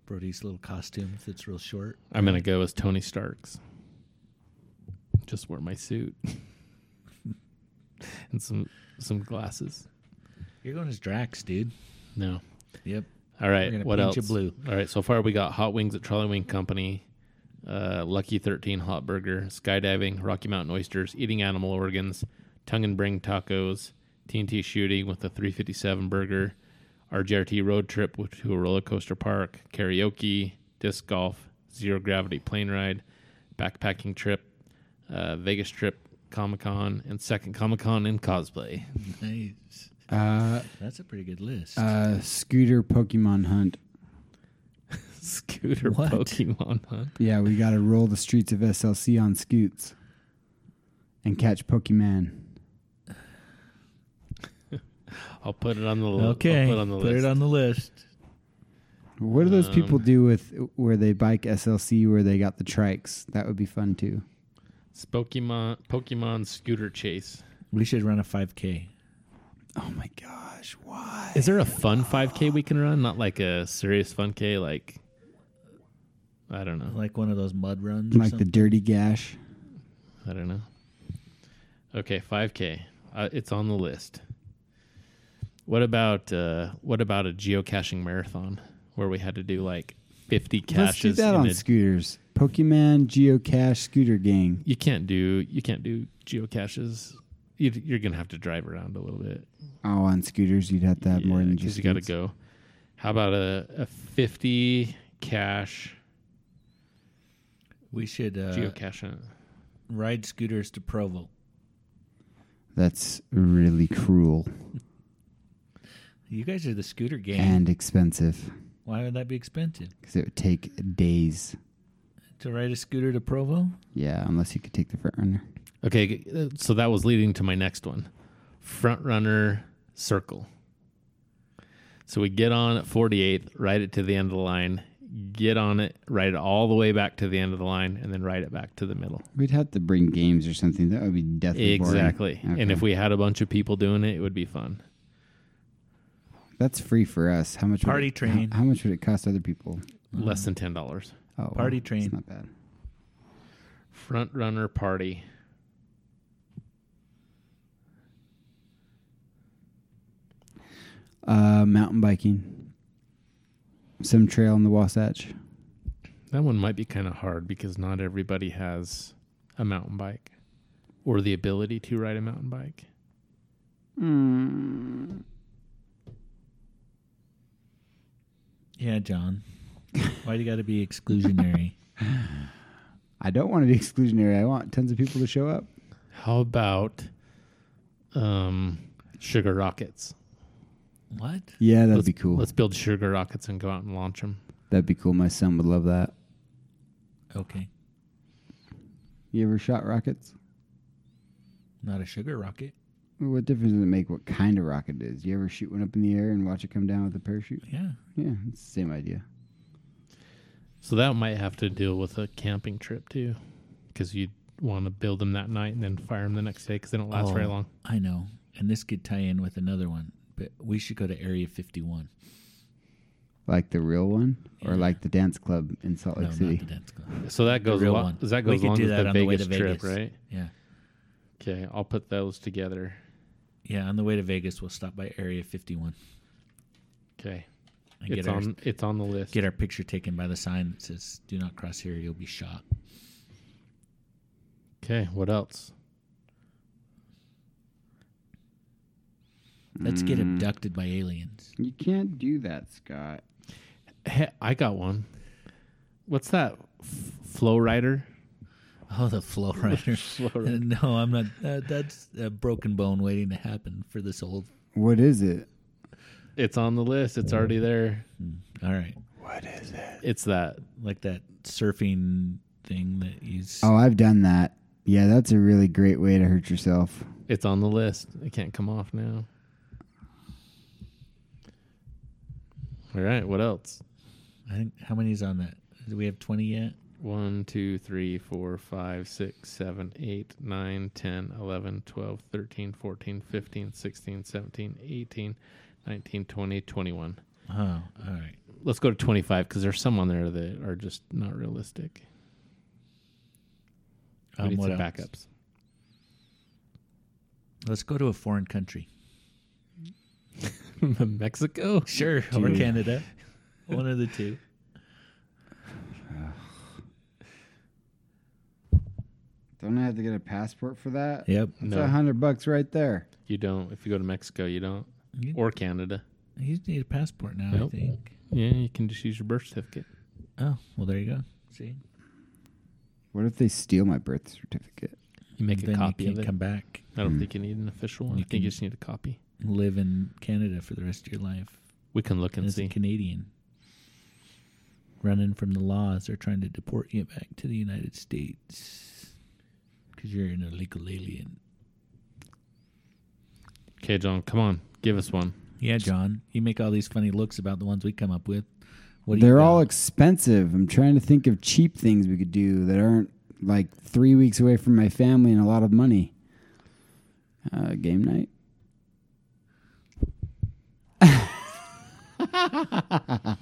Brody's little costumes that's real short.
I'm gonna go as Tony Stark's. Just wear my suit and some some glasses.
You're going as Drax, dude.
No.
Yep.
All
We're
right.
gonna
What
paint
else?
you blue.
All right. So far, we got hot wings at Trolley Wing Company, uh, Lucky Thirteen Hot Burger, skydiving, Rocky Mountain oysters, eating animal organs, tongue and bring tacos, TNT shooting with the 357 burger, RGRT road trip with- to a roller coaster park, karaoke, disc golf, zero gravity plane ride, backpacking trip, uh, Vegas trip, Comic Con, and second Comic Con in cosplay.
Nice.
Uh,
That's a pretty good list.
uh, scooter Pokemon hunt.
Scooter
What?
Pokemon hunt.
Yeah, we got to roll the streets of SLC on scoots and catch Pokemon.
I'll put it on the li-
okay.
I'll put it on the
Put
list.
it on the list.
What do those people
Um,
do with where they bike SLC where they got the trikes? That would be fun too.
It's Pokemon Pokemon Scooter Chase.
We should run a 5K.
Oh my gosh, why?
Is there a fun 5K we can run? Not like a serious fun K, like I don't know.
Like one of those mud runs or
Like the
something.
dirty gash.
I don't know. Okay, 5K. Uh, it's on the list. What about uh, what about a geocaching marathon where we had to do like 50 caches?
Let's do that
in
on
a-
scooters. Pokemon Geocache Scooter Gang.
you can't do you can't do geocaches. You, you're gonna have to drive around a little bit.
Oh, on scooters you'd have to have more
Yeah,
than
'cause
just
you got to
scooters.
go. How about a, a 50 cash
we should uh,
geocache? hunt?
ride scooters to Provo.
That's really cruel
You guys are the scooter gang.
and expensive
Why would that be expensive?
because it would take days.
To ride a scooter to Provo?
Yeah, unless you could take the front runner.
Okay, g- uh, so that was leading to my next one. Front runner circle. So we get on at 48th, ride it to the end of the line, get on it, ride it all the way back to the end of the line, and then ride it back to the middle.
We'd have to bring games or something. That would be definitely
Exactly.
Boring.
And
Okay.
if we had a bunch of people doing it, it would be fun.
that's free for us, how much would
Party
it-
train.
How, how much would it cost other people?
Less than $10.
Oh, well,
Party
that's
train.
not bad.
Front runner party.
Uh, mountain biking. Some trail in the Wasatch.
That one might be kind of hard because not everybody has a mountain bike or the ability to ride a mountain bike.
Yeah, John. Why do you got to be exclusionary?
I don't want to be exclusionary. I want tons of people to show up.
How about um, sugar rockets?
what?
Yeah, that'd
Let's-
be cool.
Let's build sugar rockets and go out and launch them.
That'd be cool. My son would love that.
Okay.
You ever shot rockets?
Not a sugar rocket.
What difference does it make what kind of rocket it is? You ever shoot one up in the air and watch it come down with a parachute?
Yeah.
Yeah, it's the same idea.
So that might have to deal with a camping trip too, because you'd want to build them that night and then fire them the next day because they don't last very
Oh,
long.
I know. And this could tie in with another one, but we should go to Area 51.
Like the real one, or
Yeah.
like the dance club in Salt Lake
no,
City.
not the dance club.
So that goes
real
along.
one.
That
We
goes
could
along
do
with
that
the
on the way
Vegas
to
trip,
Vegas.
right?
Yeah.
Okay, I'll put those together.
Yeah. On the way to Vegas, we'll stop by Area 51
Okay,
and
it's
get our,
on. It's on the list.
get our picture taken by the sign that says, do not cross here, you'll be shot.
Okay, what else?
Let's get abducted by aliens.
You can't do that, Scott.
Hey, I got one. What's that? F- flow rider.
Oh, the flow rider.
rider.
no, I'm not. Uh, that's a broken bone waiting to happen for this old.
What is it?
It's on the list. It's already there.
All right.
It's that.
Like that surfing thing that you. s-
Um,
Oh, I've done that. Yeah, that's a really great way to hurt yourself.
It's on the list. It can't come off now. All right. What else?
I think how many's on that? Do we have twenty yet?
One, two, three, four, five, six, seven, eight, nine, 10, 11, 12, 13, 14, 15, 16, 17, 18, 19, 20, 21.
Oh,
Uh-huh.
all right.
Let's go to 25 because there's some on there that are just not realistic. We
Um,
need
what
some
else?
backups.
Let's go to a foreign country.
Mexico?
Sure, or
Dude.
Canada, one of the two.
Don't I have to get a passport for that?
Yep.
That's
No.
a hundred bucks right there.
You don't. If you go to Mexico, you don't.
You,
Or Canada.
you need a passport now,
Nope.
I think.
Yeah, you can just use your birth certificate.
Oh, well, there you go. See,
What if they steal my birth certificate?
You make
then
a copy
you
of
can
it.
come back,
I
Hmm.
don't think you need an official one. I
You
think
can-
you just need a copy.
and live in Canada for the rest of your life
We can look and
as a
see.
Canadian. Running from the laws, they're trying to deport you back to the United States because you're an illegal alien.
Okay, John, come on. Give us one.
Yeah, John, you make all these funny looks about the ones we come up with. What do you
They're
got?
all expensive. I'm trying to think of cheap things we could do that aren't like three weeks away from my family and a lot of money. Uh, game night.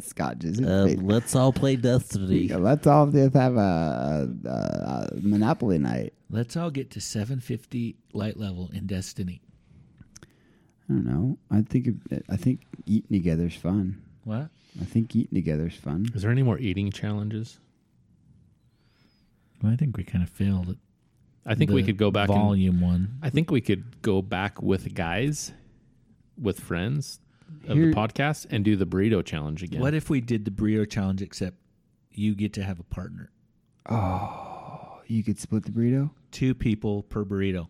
Scott just
Uh, let's all play Destiny.
let's all just have a, a, a Monopoly night.
Let's all get to 750 light level in Destiny.
I don't know. I think it- I think eating together's fun.
What?
I think eating together's fun.
Is there any more eating challenges?
Well, I think we kind of failed. At
I think we could go back. And,
volume one.
I think we could go back with guys, with friends of
Here-
the podcast, and do the burrito challenge again.
What if we did the burrito challenge except you get to have a partner,
You could split the burrito.
two people per burrito,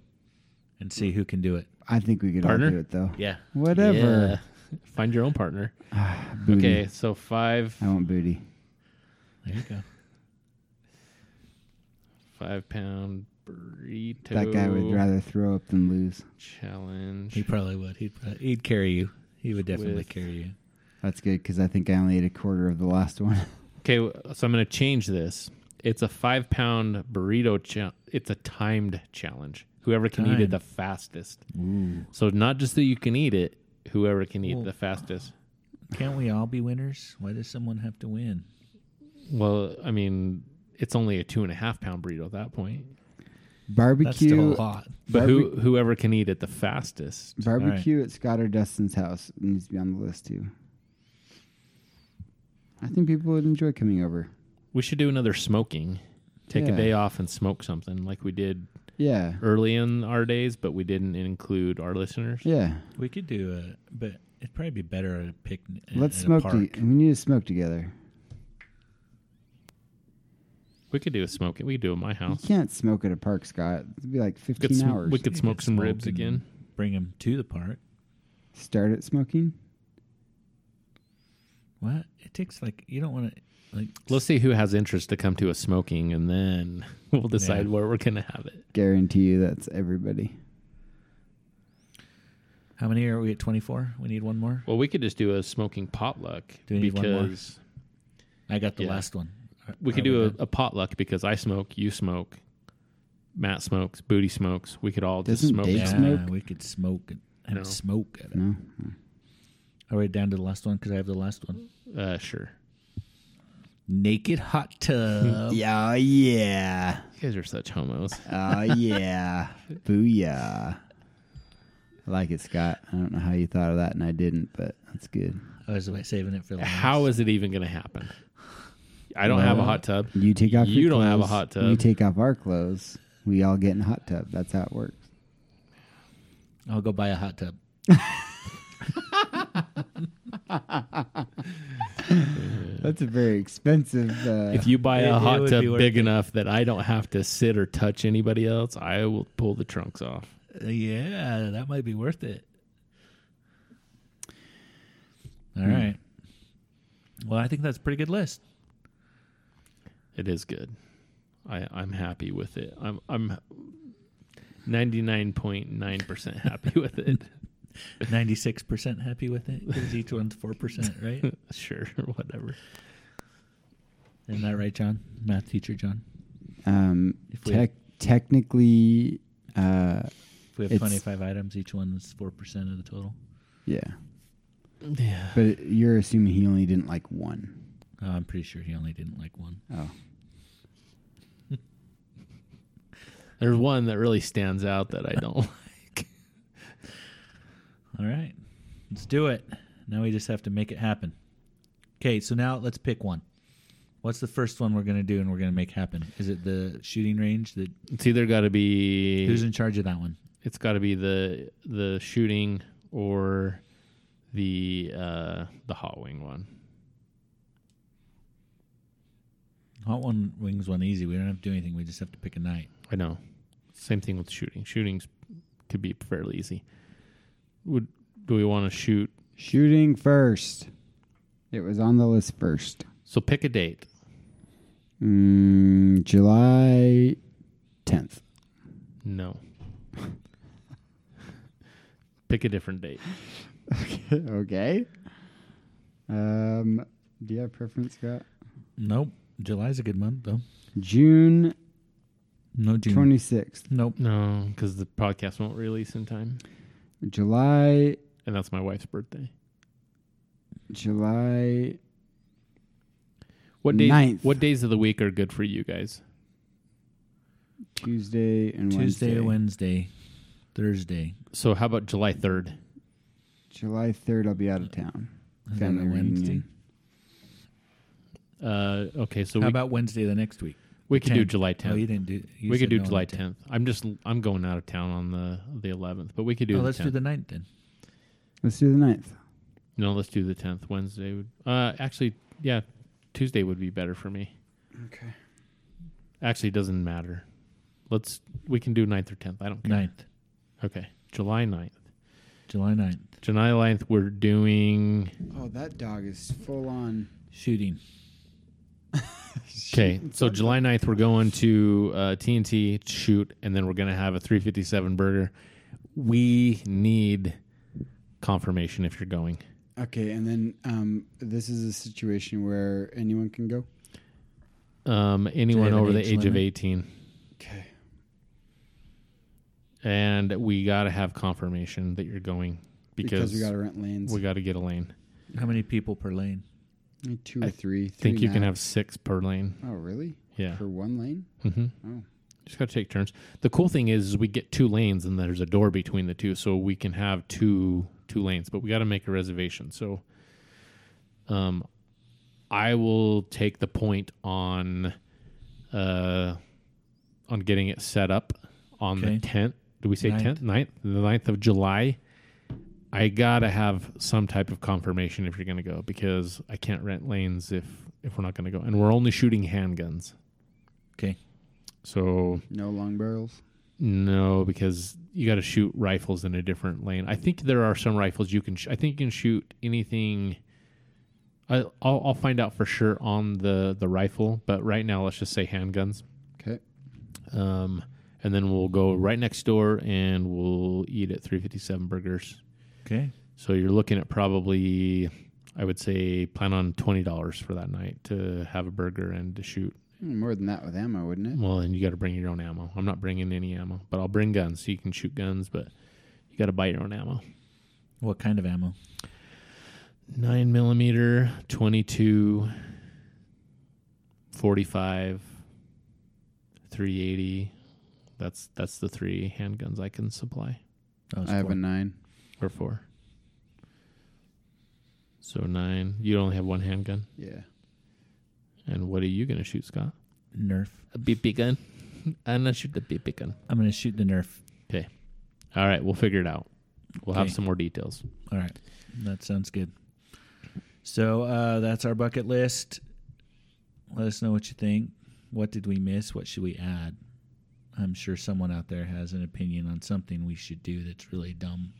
and see who can do it.
I think we could all
Partner?
do it though.
Yeah.
Whatever. Hmm.
Find your own partner.
Booty.
Okay, so five
I want booty.
There you go.
five pound burrito
That guy would rather throw up than lose.
He
challenge.
probably would. He'd pro- he'd carry you. He would definitely
With-
carry you.
That's good because I think I only ate a quarter of the last one.
Okay, so I'm going to change this. It's a five pound burrito. Cha- it's a timed challenge. Whoever can eat it
Timed.
the fastest. So not just that you can eat it. Whoever can eat the fastest.
Can't we all be winners? Why does someone have to win?
Well, I mean, it's only a two and a half pound burrito at that point.
That's
Barbecue,
still a lot.
But who whoever can eat it the fastest.
barbecue at Scott or Dustin's house needs to be on the list too. I think people would enjoy coming over.
We should do another smoking. Take
Yeah.
a day off and smoke something like we did
Yeah,
early in our days, but we didn't include our listeners.
yeah.
We could do a, but it'd probably be better at a picnic.
Let's
at
smoke.
A
To, we
park.
need to smoke together.
We could do a smoking. We could do it at my
You
house.
can't smoke at a park, Scott. It'd be like
We could,
fifteen
sm-
hours.
we could smoke some ribs
and
again.
Bring them to the park.
Start at smoking.
What? It takes like you don't want to like.
Let's see who has interest to come to a smoking, and then we'll decide where we're gonna have it.
Guarantee you that's everybody.
How many are we at? Twenty four. We need one more.
Well, we could just do a smoking potluck
Do we need one more?
because
I got the
yeah.
last one. Are-
we
are
could do
done?
a, a potluck because I smoke, you smoke, Matt smokes, Booty smokes. We could all just
Doesn't
smoke.
Dave
yeah,
together.
smoke?
We could smoke it and
No.
smoke it.
No.
All right, down to the last one because I have the last one.
Uh, sure.
Naked hot tub.
Yeah, yeah.
You guys are such homos.
Oh, yeah. Booyah. I like it, Scott. I don't know how you thought of that, and I didn't, but that's good.
I was like saving it for the last.
How is it even going to happen? I don't have a hot tub.
You take off your
You don't have a
clothes,
hot
We
tub.
take off our clothes. We all get in a hot tub. That's how it works.
I'll go buy a hot tub.
That's a very expensive. Uh,
If you buy
It-
a
it
hot
would
tub
be worth
big
it.
enough that I don't have to sit or touch anybody else, I will pull the trunks off.
Uh, yeah, that might be worth it. All
Hmm.
right. Well, I think that's a pretty good list.
It is good. I, I'm happy with it. I'm I'm 99.9% happy with it.
Ninety-six percent happy with it because each one's four percent, right?
sure, whatever.
Isn't that right, John? Math teacher, John.
um,
If we-
tec- technically, uh,
If we have
It's-
twenty-five items, each one is four percent of the total.
yeah.
Yeah.
But you're assuming he only didn't like one.
Oh, I'm pretty sure he only didn't like one.
Oh,
There's one that really stands out that I don't like.
All right, let's do it. Now we just have to make it happen. Okay, so now let's pick one. What's the first one we're gonna do and we're gonna make happen? Is it the shooting range? That
It's either got to be
who's in charge of that one?
it's got to be the the shooting or the uh the hot wing one.
Hot one wings one easy. We don't have to do anything. We just have to pick a night.
I know. Same thing with shooting. Shootings could be fairly easy. Would do we want to shoot?
shooting first. It was on the list first.
So pick a date.
Mm, July 10th.
No. pick a different date.
okay. Um, do you have preference, Scott?
Nope. July's a good month though.
June
No June.
26th.
Nope.
No, because the podcast won't release in time,
July,
and that's my wife's birthday.
July.
What days?
Ninth.
What days of the week are good for you guys?
Tuesday and Wednesday.
Tuesday, Wednesday, Thursday.
So how about July third?
July 3rd, I'll be out of town.
Is that a Wednesday?
Uh, okay, so
How
we,
about Wednesday the next week?
we could do
10th?
July
Oh, you
tenth.
didn't do. you
we
said
could do
no on
July
the 10th.
tenth. I'm just I'm going out of town on the the eleventh, but we could do.
Oh,
the
let's
10th.
do the ninth then.
Let's do the 9th.
No, let's do the tenth. Wednesday would uh actually yeah, Tuesday would be better for me.
Okay.
Actually it doesn't matter. Let's we can do 9th or tenth. I don't care.
Ninth,
Okay. July 9th.
July 9th.
July 9th we're doing
Oh, that dog is full on.
Shooting.
Okay. So July 9th we're going to uh TNT to shoot and then we're gonna have a three fifty seven burger. We need confirmation if you're going.
Okay, and then um, this is a situation where anyone can go.
Um anyone
have an
over the
age
age of
limit?
eighteen.
Okay.
And we gotta have confirmation that you're going because,
Because, we got to rent lanes.
we gotta get a lane.
How many people per lane?
Two or
I
three.
I think
three
you can
now.
have six per lane.
Oh, really?
Yeah.
For one lane?
hmm
Oh.
Just got to take turns. The cool thing is, is we get two lanes and there's a door between the two, so we can have two two lanes. But we got to make a reservation. So, um, I will take the point on, uh, on getting it set up on
Okay.
the tenth. Do we say
Ninth.
tenth? 9th? The 9th of July. I gotta have some type of confirmation if you're gonna go because I can't rent lanes if if we're not gonna go, and we're only shooting handguns.
Okay.
So
No long barrels?
no, because you got to shoot rifles in a different lane. I think there are some rifles you can. Sh- I think you can shoot anything. I, I'll, I'll find out for sure on the the rifle, but right now let's just say handguns.
Okay.
Um, and then we'll go right next door and we'll eat at 357 Burgers
Okay.
So you're looking at probably, I would say, plan on twenty dollars for that night to have a burger and to shoot.
Hmm, More than that with ammo, wouldn't it?
Well, and you got to bring your own ammo. I'm not bringing any ammo, but I'll bring guns so you can shoot guns. But you got to buy your own ammo.
What kind of ammo?
Nine millimeter, 22, 45, 380. That's that's the three handguns I can supply
That was
I have
Oh, four.
a nine.
or four. So nine. You only have one handgun.
Yeah.
And what are you gonna shoot, Scott?
Nerf.
A BB gun. I'm gonna shoot the BB gun.
I'm gonna shoot the Nerf.
All right, we'll figure it out. We'll have
Okay.
some more details.
All right, that sounds good. So uh, that's our bucket list. Let us know what you think. What did we miss? What should we add? I'm sure someone out there has an opinion on something we should do that's really dumb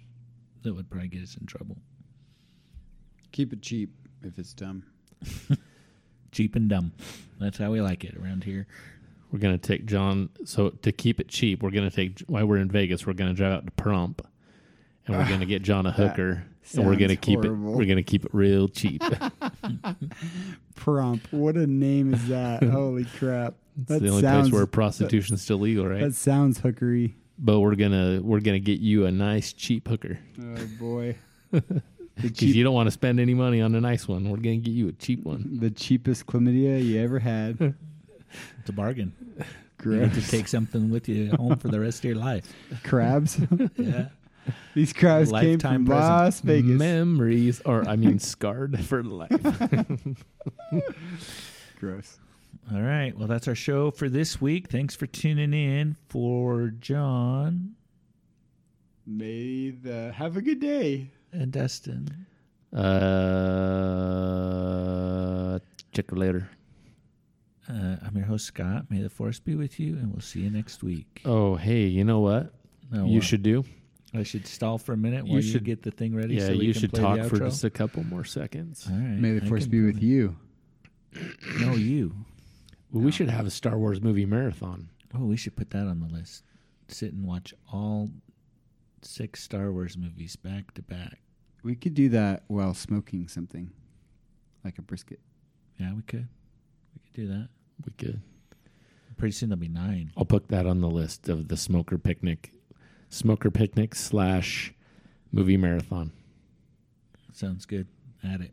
that would probably get us in trouble.
Keep it cheap if it's dumb.
Cheap and dumb. That's how we like it around here.
We're gonna take John. So to keep it cheap, we're gonna take while we're in Vegas. We're gonna drive out to Prump, and we're gonna get John a hooker, and we're
sounds
gonna keep
horrible.
it. We're gonna keep it real cheap.
Prompt. What a name is that? Holy crap.
It's
That
the only
sounds
place where prostitution's still legal, right?
that sounds hookery.
But we're gonna we're gonna get you a nice cheap hooker
Oh boy. the,
because
cheap,
you don't want to spend any money on a nice one. We're gonna get you a cheap one.
the cheapest chlamydia you ever had.
It's a bargain. You get
Gross.
to take something with you home for the rest of your life.
crabs.
Yeah.
These crabs came
Lifetime
from
present.
Las Vegas.
Memories, or I mean, scarred for life.
Gross.
All right. Well, that's our show for this week. Thanks for tuning in for John
May the have a good day.
and Dustin.
Uh, check you later.
Uh, I'm your host, Scott. May the force be with you, and we'll see you next week.
Oh, hey, you know what?
No,
you
uh,
should do.
I should stall for a minute
you
while you,
should-
get the thing ready.
Yeah,
so we
you
can
should
play
talk
the
for
outro?
just a couple more seconds.
All right.
May the
I
force
can
be
do
with
that.
you.
No, you.
Well, We should have a Star Wars movie marathon.
Oh, we should put that on the list. Sit and watch all six Star Wars movies back to back.
We could do that while smoking something, like a brisket.
Yeah, we could. We could do that.
We could.
Pretty soon there'll be nine.
I'll put that on the list of the smoker picnic, smoker picnic slash movie marathon.
Sounds good. Add it.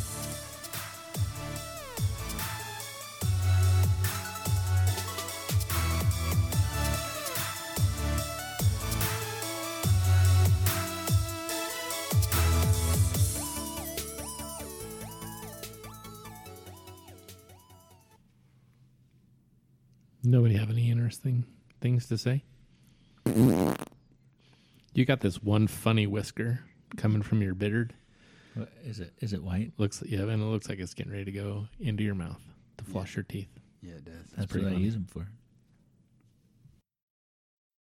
Nobody have any interesting things to say? You got this one funny whisker coming from your bittard.
What, is it? Is it white?
Looks yeah, and it looks like it's getting ready to go into your mouth to flush your teeth.
Yeah, it does.
That's
pretty
what I
funny.
use them for.